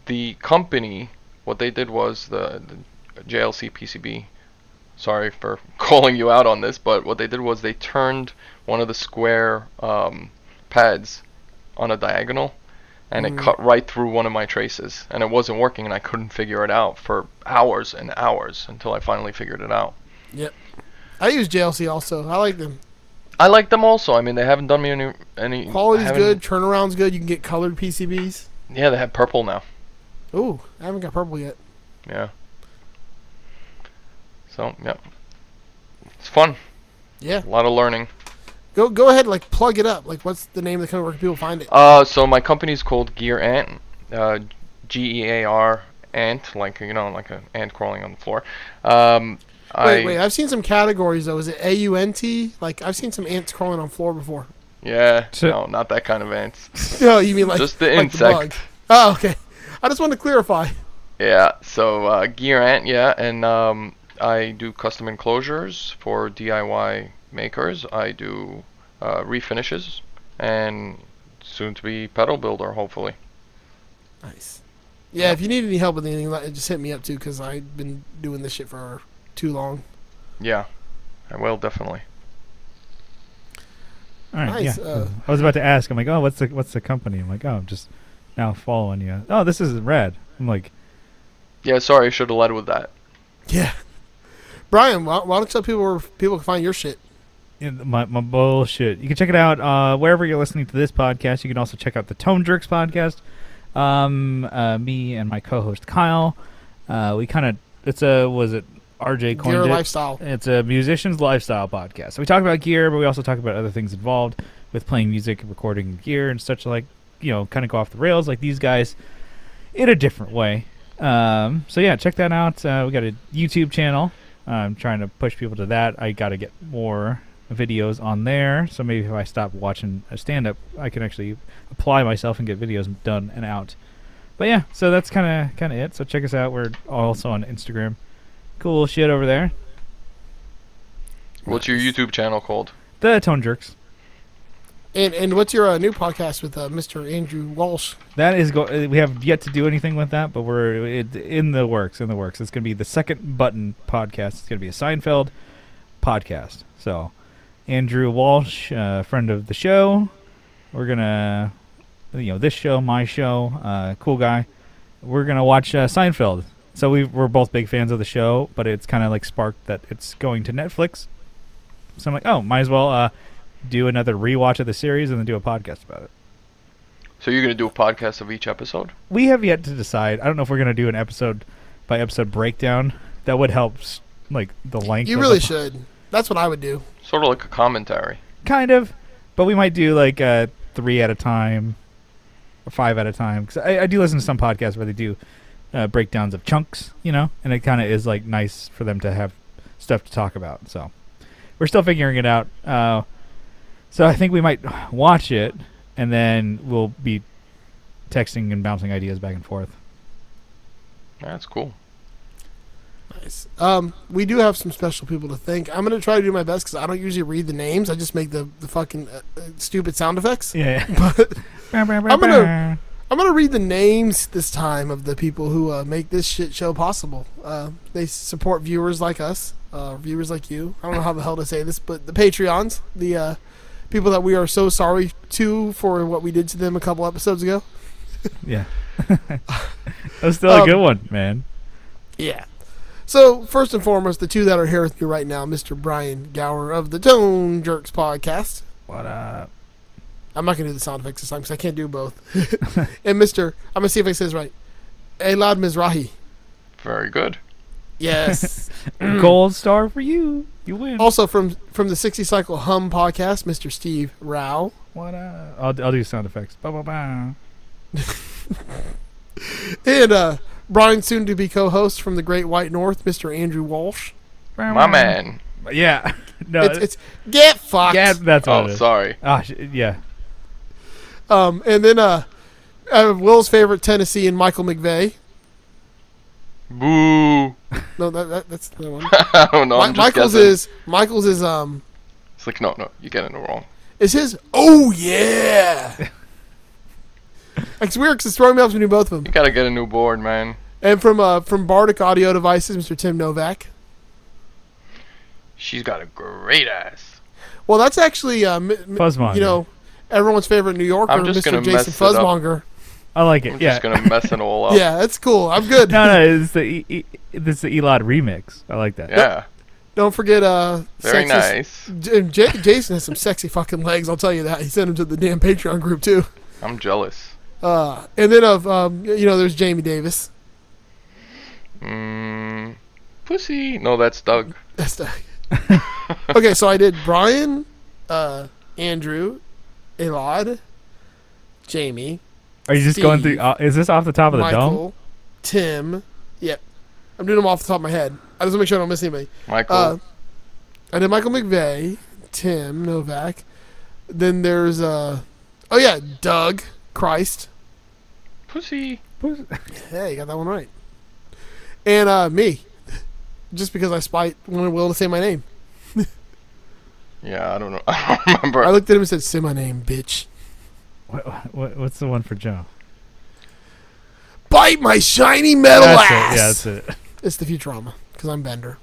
the company, what they did was the, the JLC PCB. Sorry for calling you out on this, but what they did was they turned one of the square um, pads on a diagonal, and Mm. it cut right through one of my traces, and it wasn't working, and I couldn't figure it out for hours and hours until I finally figured it out. I use JLC also. I like them. I like them also. I mean, they haven't done me any any Quality's haven't- good. Turnaround's good. You can get colored PCBs. Yeah, they have purple now. Ooh, I haven't got purple yet. Yeah. So yeah, it's fun. Yeah. A lot of learning. Go go ahead, like plug it up. Like, what's the name of the company? Where can people find it? Uh, so my company's called Gear Ant, uh, G E A R Ant, like you know, like an ant crawling on the floor. Um, Wait, I wait. I've seen some categories though. Is it A U N T? Like, I've seen some ants crawling on floor before. yeah, So- no, not that kind of ants. No, you mean like Just the like the bug. insect. Oh, okay. I just wanted to clarify. Yeah, so uh, Gear Ant, yeah, and um, I do custom enclosures for DIY makers. I do uh, refinishes and soon to be pedal builder, hopefully. Nice. Yeah, if you need any help with anything, like, just hit me up too, because I've been doing this shit for too long. Yeah, I will definitely. all right, Nice, yeah. uh, I was about to ask. I'm like, oh, what's the what's the company? I'm like, oh, I'm just now following you. Oh, this is red. I'm like, Yeah, sorry, I should have led with that. Yeah. Brian, why, why don't you tell people where people can find your shit? in my, my bullshit. You can check it out uh, wherever you're listening to this podcast. You can also check out the Tone Jerks podcast. Um, uh, me and my co-host Kyle, uh, we kind of it's a was it RJ coined Your it? lifestyle. It's a musician's lifestyle podcast. So we talk about gear, but we also talk about other things involved with playing music, recording gear, and such like. You know, kind of go off the rails like these guys in a different way. Um, so yeah, check that out. Uh, we got a YouTube channel. I'm trying to push people to that. I got to get more videos on there. So maybe if I stop watching a stand up, I can actually apply myself and get videos done and out. But yeah, so that's kind of kind of it. So check us out. We're also on Instagram. Cool shit over there. What's your YouTube channel called? The Tone Jerks. And and what's your uh, new podcast with uh, Mr. Andrew Walsh? That is go- uh, we have yet to do anything with that, but we're it, in the works. In the works. It's going to be the second button podcast. It's going to be a Seinfeld podcast. So Andrew Walsh, uh, friend of the show, we're gonna you know this show, my show, uh, cool guy. We're gonna watch uh, Seinfeld. So we we're both big fans of the show, but it's kind of like sparked that it's going to Netflix. So I'm like, oh, might as well uh, do another rewatch of the series and then do a podcast about it. So you're gonna do a podcast of each episode? we have yet to decide. I don't know if we're gonna do an episode by episode breakdown. That would help, s- like the length. You of really the, should. That's what I would do. Sort of like a commentary. kind of, but we might do like uh, three at a time, or five at a time. Because I, I do listen to some podcasts where they do uh, breakdowns of chunks, you know, and it kind of is like nice for them to have stuff to talk about. So we're still figuring it out. Uh, so I think we might watch it, and then we'll be texting and bouncing ideas back and forth. That's cool. Nice. Um, we do have some special people to thank. I'm gonna try to do my best because I don't usually read the names. I just make the the fucking uh, uh, stupid sound effects. Yeah. But I'm gonna- I'm gonna read the names this time of the people who uh, make this shit show possible. Uh, they support viewers like us, uh, viewers like you. I don't know how the hell to say this, but the Patreons, the uh, people that we are so sorry to for what we did to them a couple episodes ago. Yeah. That's still Um, a good one, man. Yeah. So first and foremost, the two that are here with me right now, Mr. Brian Gower of the Tone Jerks podcast. What up? I'm not gonna do the sound effects this time because I can't do both. and Mr. I'm gonna see if I say this right. Elad Mizrahi. Very good. Yes. Gold star for you. You win. also from from the 60 Cycle Hum podcast, Mr. Steve Rao. What up? I'll, I'll do sound effects. Ba, ba, ba. And uh, Brian, soon to be co-host from the Great White North, Mr. Andrew Walsh. Mm. Ba, My ba. man. Yeah. no. It's, it's get fucked. yeah, that's all Oh, it is. sorry. Ah, sh- yeah. Um, and then uh, uh, Will's favorite Tennessee and Michael McVeigh. Boo. No, that, that, that's the one. I don't know. Mi- I'm just Michael's guessing. is Michael's is um It's like no, no. You're getting it wrong. is his. Oh yeah. It's weird 'cause it's throwing me off when you do both of You them. gotta get a new board, man. And from uh from Bardic Audio Devices, Mr. Tim Novak. She's got a great ass. Well, that's actually uh, m- m- Fuzzmonger. you know everyone's favorite New Yorker, I'm just Mr. gonna Jason mess it up. Oh. Fuzzmonger. I like I'm it. Yeah. just gonna mess it all up. Yeah, that's cool. I'm good. no, no. It's the e- e- this is the Elod remix. I like that. Yeah. Don't forget uh Very sexist- nice. J- J- Jason has some sexy fucking legs. I'll tell you that. He sent him to the damn Patreon group too. I'm jealous. Uh, and then of um, you know, there's Jamie Davis. Mm, pussy. No, that's Doug. That's the. okay, so I did Brian, uh, Andrew, Elod, Jamie, Are you just going Steve, through? Uh, is this off the top of the dome? Michael, Tim. Yep, I'm doing them off the top of my head. I just want to make sure I don't miss anybody. Michael. Uh, I did Michael McVeigh, Tim Novak. Then there's uh, oh yeah, Doug Christ. pussy. Hey, you got that one right. And uh, me, just because I spite wanted Will to say my name. Yeah, I don't know. I don't remember. I looked at him and said, "Say my name, bitch. What, what, what's the one for Joe? Bite my shiny metal that's ass." it. Yeah, that's it. It's the Futurama because I'm Bender.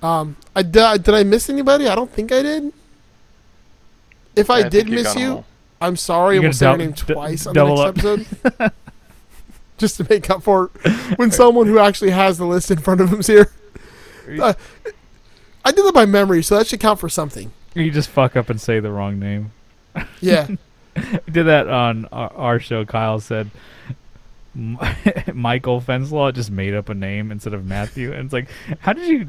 Um, I di- did I miss anybody? I don't think I did. If I, Yeah, did think you miss got 'em you, all. I'm sorry. You're We'll gonna say your dou- name d- twice on the double next up. episode. Just to make up for it when someone who actually has the list in front of him's here. Uh, I did that by memory, so that should count for something. You just fuck up and say the wrong name. Yeah. I did that on our, our show. Kyle said M- Michael Fenslaw just made up a name instead of Matthew, and it's like, how did you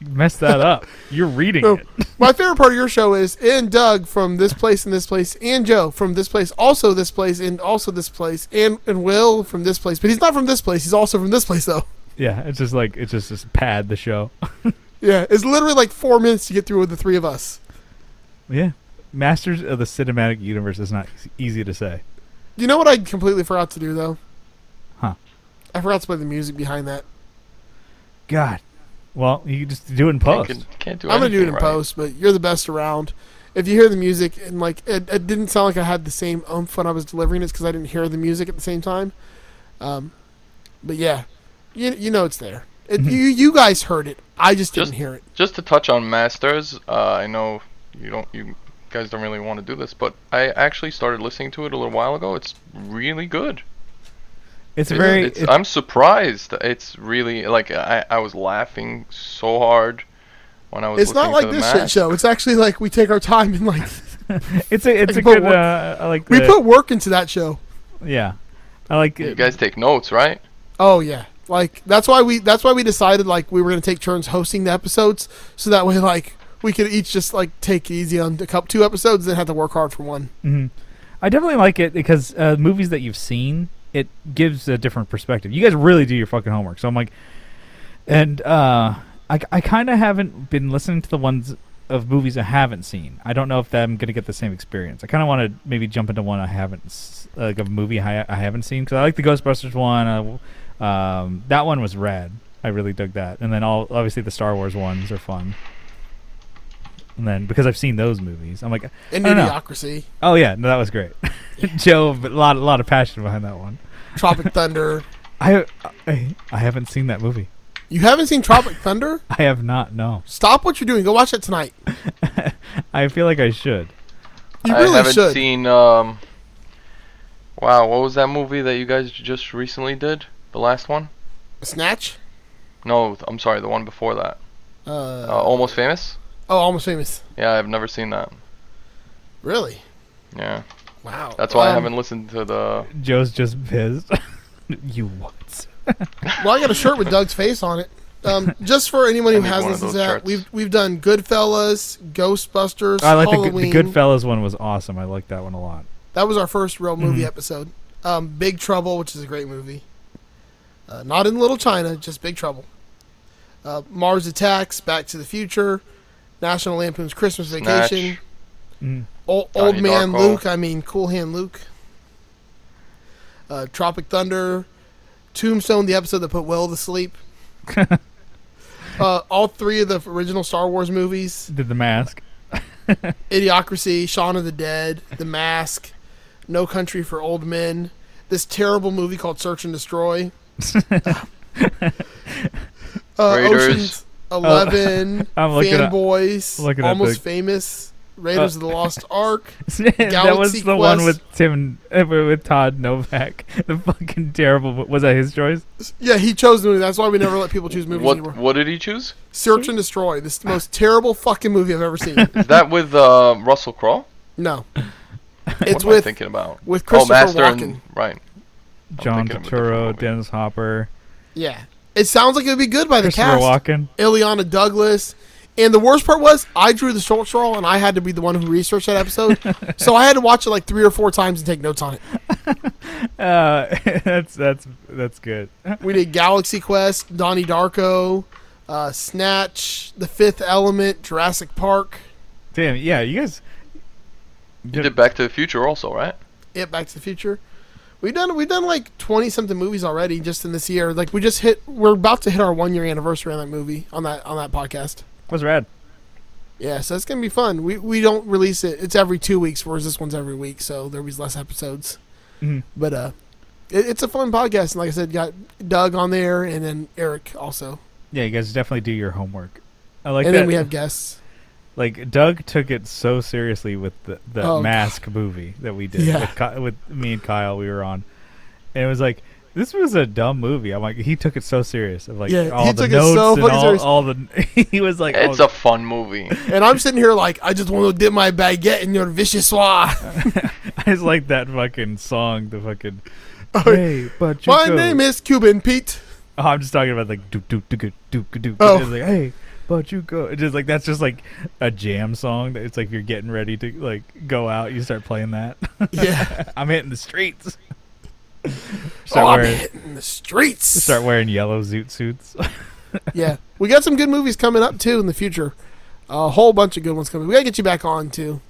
mess that up? You're reading No. it. My favorite part of your show is and Doug from this place and this place, and Joe from this place, also this place, and also this place, and, and Will from this place. But he's not from this place. He's also from this place, though. Yeah, it's just like it's just just pad the show. Yeah, it's literally like four minutes to get through with the three of us. yeah, Masters of the Cinematic Universe is not eas- easy to say. You know what I completely forgot to do, though? Huh. I forgot to play the music behind that. God, well, you can just do it in Can't, post. can't- can't do I'm gonna do it anything in right. post, but you're the best around. If you hear the music and like it, it didn't sound like I had the same oomph when I was delivering it because I didn't hear the music at the same time. Um, but yeah, you you know it's there. It, Mhm. You you guys heard it. I just didn't Mm-hmm. Just- hear it. Just to touch on masters, uh, I know you don't you guys don't really want to do this, but I actually started listening to it a little while ago. It's really good. It's It- very. it's- it's- I'm surprised. It's really like I, I was laughing so hard when I was. It's not listening like to the this shit Mask. show. It's actually like we take our time and like It's a it's I a put good work- uh, I like we the- put work into that show. yeah I like You it. guys take notes, right? Oh yeah. Like that's why we that's why we decided like we were gonna take turns hosting the episodes so that way like we could each just like take it easy on a couple two episodes then have to work hard for one. Mhm. I definitely like it because uh, movies that you've seen it gives a different perspective. You guys really do your fucking homework. So I'm like, and uh, I I kind of haven't been listening to the ones of movies I haven't seen. I don't know if that I'm gonna get the same experience. I kind of want to maybe jump into one I haven't s- like a movie I, I haven't seen because I like the Ghostbusters one. I w um, that one was rad. I really dug that. And then all obviously the Star Wars ones are fun. And then because I've seen those movies, I'm like, And I don't know. idiocracy. Oh yeah, no, that was great. Joe, but a lot, a lot of passion behind that one. Tropic Thunder. I, I, I haven't seen that movie. You haven't seen Tropic Thunder? I have not. No, Stop what you're doing. Go watch it tonight. I feel like I should. You I really haven't should. seen. Um, wow, what was that movie that you guys j- just recently did? The last one? Snatch. No, th- I'm sorry, the one before that. Uh, Uh, Almost Famous. oh, Almost Famous. Yeah, I've never seen that. Really? Yeah, Wow. that's why I Um, haven't listened to the. Joe's just pissed. you what? Well, I got a shirt with Doug's face on it. Um, just for anyone who I need has one of listened to those that, shirts. we've we've done Goodfellas, Ghostbusters, I like the, Halloween. good, the Goodfellas one was awesome. I like that one a lot. that was our first real movie Mhm. episode. Um, Big Trouble, which is a great movie. Uh, not in Little China, just Big Trouble. Uh, Mars Attacks, Back to the Future, National Lampoon's Christmas Snatch. Vacation. Mm. Old, Donnie old man Darko. Luke, I mean Cool Hand Luke. Uh, Tropic Thunder, Tombstone, the episode that put Will to sleep. uh, all three of the original Star Wars movies: Did the mask? Idiocracy, Shaun of the Dead, The Mask, No Country for Old Men. This terrible movie called Search and Destroy. uh, Raiders. Ocean's Eleven, Oh. I'm looking at- Fanboys, looking at Almost the- Uh. Famous, Raiders of the Lost Ark. that was Galaxy the one Quest. with Tim, uh, with Todd Novak. The fucking terrible. Was that his choice? Yeah, he chose the movie. That's why we never let people choose movies What anymore. What did he choose? Search and Destroy. This is the most terrible fucking movie I've ever seen. Is that with uh, Russell Crowe? No, it's what am I with thinking about? with Oh, Christopher Master Walken. and right. I'm John thinking of a different Turturro, movie. Dennis Hopper, Yeah, it sounds like it would be good by Oh, the Christopher cast. Walken. Ileana Douglas. And the worst part was I drew the short straw and I had to be the one who researched that episode, so I had to watch it like three or four times and take notes on it. Uh, that's that's that's good. We did Galaxy Quest, Donnie Darko, uh, Snatch, The Fifth Element, Jurassic Park, Damn, yeah, you guys. You did Back to the Future also, right? It, Back to the Future. We've done we've done like twenty something movies already just in this year. Like we just hit we're about to hit our one year anniversary on that movie on that on that podcast. was rad. Yeah, so it's gonna be fun. We we don't release it. It's every two weeks, whereas this one's every week, so there'll be less episodes. Mhm. But uh, it, it's a fun podcast, and like I said, got Doug on there and then Eric also, Yeah, you guys definitely do your homework. I like and that. then we have guests. like Doug took it so seriously with the, the Oh, mask movie that we did Yeah. with, Ky- with me and Kyle. We were on, and it was like This was a dumb movie. I'm like, he took it so serious. Of like, Yeah, all he the took it so notes and fucking all, serious. all the. he was like, It's oh, a fun movie. And I'm sitting here like, I just want to dip my baguette in your vichyssoise. I just like that fucking song. The fucking. Hey, but My name is Cuban Pete. Oh, I'm just talking about like doop doop doop doop doop. doop. Oh. It's like hey, but you go. It's just like that's just like a jam song. That it's like you're getting ready to like go out. You start playing that. Yeah. I'm hitting the streets. oh, Start I'm wearing hitting the streets. start wearing yellow zoot suits. yeah, we got some good movies coming up too in the future. A whole bunch of good ones coming. We gotta get you back on too.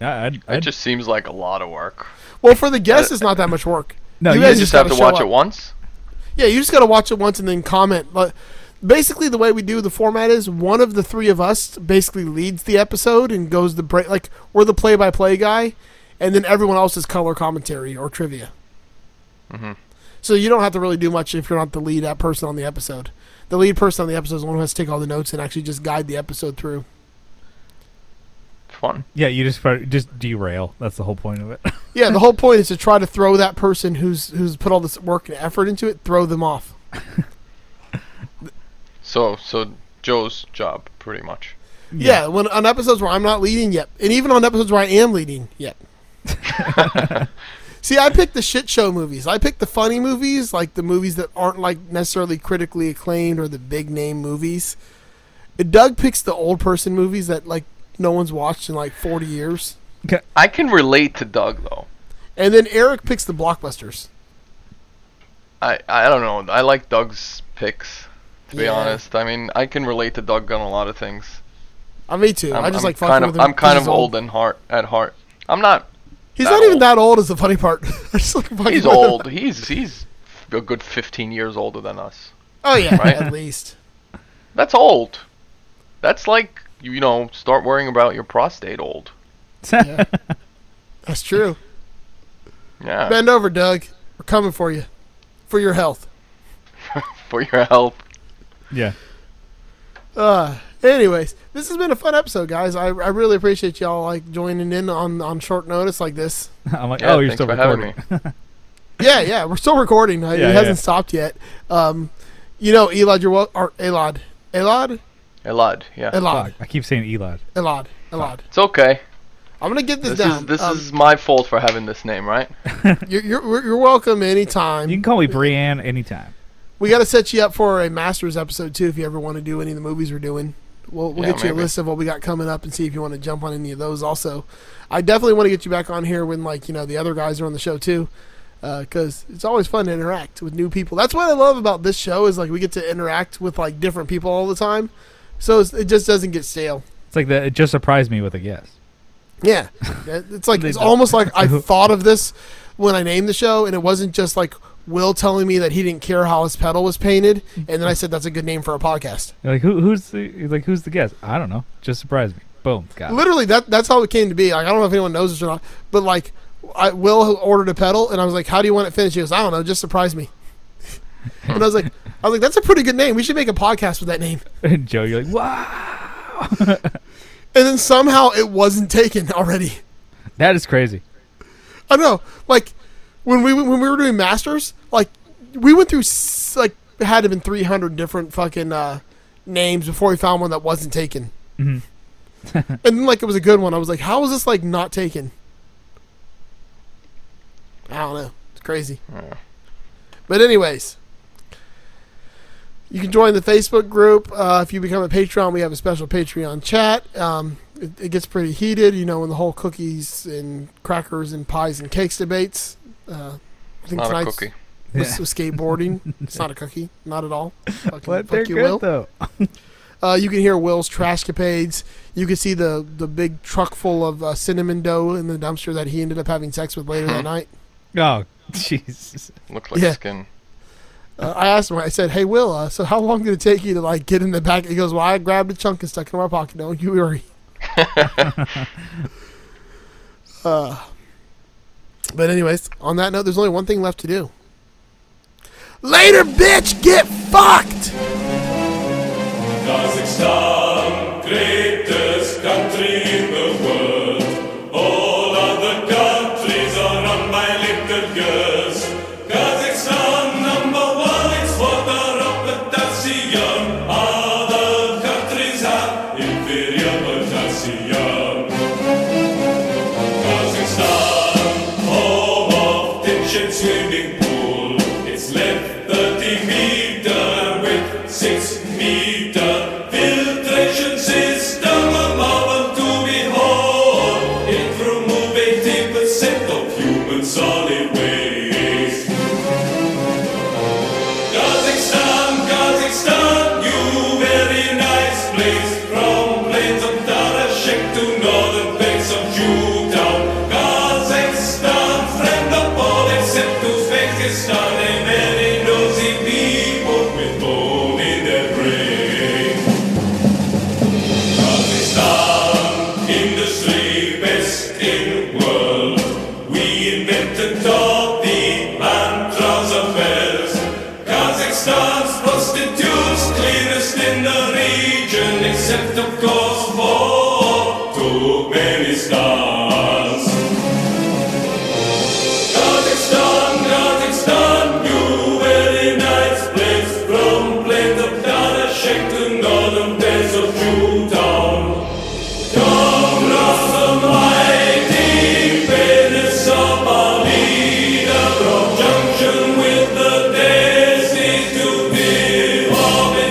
I, I, I It just seems like a lot of work. Well, for the guests, it's not that much work. no. you You You guys just just, just have gotta to show watch up. it once. Yeah, you just gotta watch it once and then comment. But basically, the way we do the format is one of the three of us basically leads the episode and goes the break. Like we're the play-by-play guy, and then everyone else is color commentary or trivia. So you don't have to really do much if you're not the lead uh, person on the episode. The lead person on the episode is the one who has to take all the notes and actually just guide the episode through. Fun. yeah. You just fr- just derail. That's the whole point of it. Yeah, the whole point is to try to throw that person who's who's put all this work and effort into it, throw them off. So so Joe's job pretty much. Yeah, when on episodes where I'm not leading yet, and even on episodes where I am leading yet. See, I pick the shit show movies. I pick the funny movies, like the movies that aren't like necessarily critically acclaimed or the big name movies. Doug picks the old person movies that like no one's watched in like 40 years. I can relate to Doug though. And then Eric picks the blockbusters. I I don't know. I like Doug's picks. To be Yeah. honest, I mean I can relate to Doug on a lot of things. Uh, me too. I'm, i just I'm like fucking kind of with him I'm 'cause kind he's of old and heart at heart. I'm not. He's that not even old. that old. Is the funny part. I just like fucking He's with him. old. He's he's a good 15 years older than us. Oh yeah, Right? at least. That's old. That's like you know start worrying about your prostate old. Yeah. That's true. Yeah. Bend over, Doug. We're coming for you, for your health. For your health. Oh, yeah. Uh, anyways, this has been a fun episode, guys. I, I really appreciate y'all like joining in on on short notice like this. I'm like, Yeah, oh, you're thanks still for recording. having me. Yeah, yeah, we're still recording. Uh, Yeah, it yeah. hasn't stopped yet. Um, you know, Elod, you're wel- or Elod, Elod, Elad, yeah. Elod, Fuck, I keep saying Elad. Elod, Elod. It's okay. I'm gonna get this, This down. is this Um, is my fault for having this name, right? You're, you're, you're welcome You anytime. can call me Brianne anytime. We got to set you up for a Masters episode, too, if you ever want to do any of the movies we're doing. We'll, we'll Yeah, get you maybe. a list of what we got coming up and see if you want to jump on any of those also. I definitely want to get you back on here when, like, you know, the other guys are on the show, too, because it's always fun to interact with new people. That's what I love about this show is, like, we get to interact with, like, different people all the time. So it's, it just doesn't get stale. It's like that. It just surprised me with a guess. Yeah, it's like They it's don't. almost like I thought of this when I named the show, and it wasn't just like Will telling me that he didn't care how his pedal was painted, and then I said that's a good name for a podcast. You're like who? Who's the? you're Like who's the guest? I don't know. Just surprised me. Boom. Got it. Literally, that that's how it came to be. Like I don't know if anyone knows this or not, but like I, Will ordered a pedal, and I was like, "How do you want it finished?" He goes, "I don't know, just surprise me." and I was like, "I was like, that's a pretty good name. We should make a podcast with that name." And Joe, you're like, wow, And then somehow it wasn't taken already. that is crazy. I don't know. Like when we when we were doing masters, like we went through s- like it had to have been three hundred different fucking uh, names before we found one that wasn't taken. Mm-hmm. and then like it was a good one. I was like, how is this like not taken? I don't know. It's crazy. But anyways. You can join the Facebook group. Uh, if you become a Patreon, we have a special Patreon chat. Um, it, it gets pretty heated, you know, in the whole cookies and crackers and pies and cakes debates. Uh, I think Not a tonight's cookie. was, was skateboarding. it's not a cookie, not at all. Fucking, But fuck they're you, good Will. though. Uh, you can hear Will's trash capades. You can see the the big truck full of uh, cinnamon dough in the dumpster that he ended up having sex with later that Uh-huh. night. Oh, Jesus. Looks like Yeah. skin. Uh, I asked him. I said, "Hey, Will, uh, so how long did it take you to like get in the back?" He goes, "Well, I grabbed a chunk and stuck it in my pocket. Don't you worry." uh, but anyways, on that note, there's only one thing left to do. Later, bitch, get fucked. Kazakhstan, greatest country in the world. All other countries are run by little girls. Kazakhstan. kitchen swimming pool. It's left 30 meter with 6 meter filtration system. A marvel to behold. It removed 80% of human solid waste. Kazakhstan, Kazakhstan, you very nice place. From plains of Darashek to northern banks of Jewtown. Kazakhstan, friend of all except Uzbekistan. A very nosy people with bone in their brain. Kazakhstan, industry best in world. We invented all the mantras of bells. Kazakhstan's prostitutes cleanest in the region, except of course for Turkmenistan. Kazakhstan, Kazakhstan, you very nice place. From plains of Darashek to northern days of Jewtown. Come, Rasta mighty, Venice of our leader, from junction with the daisies to be of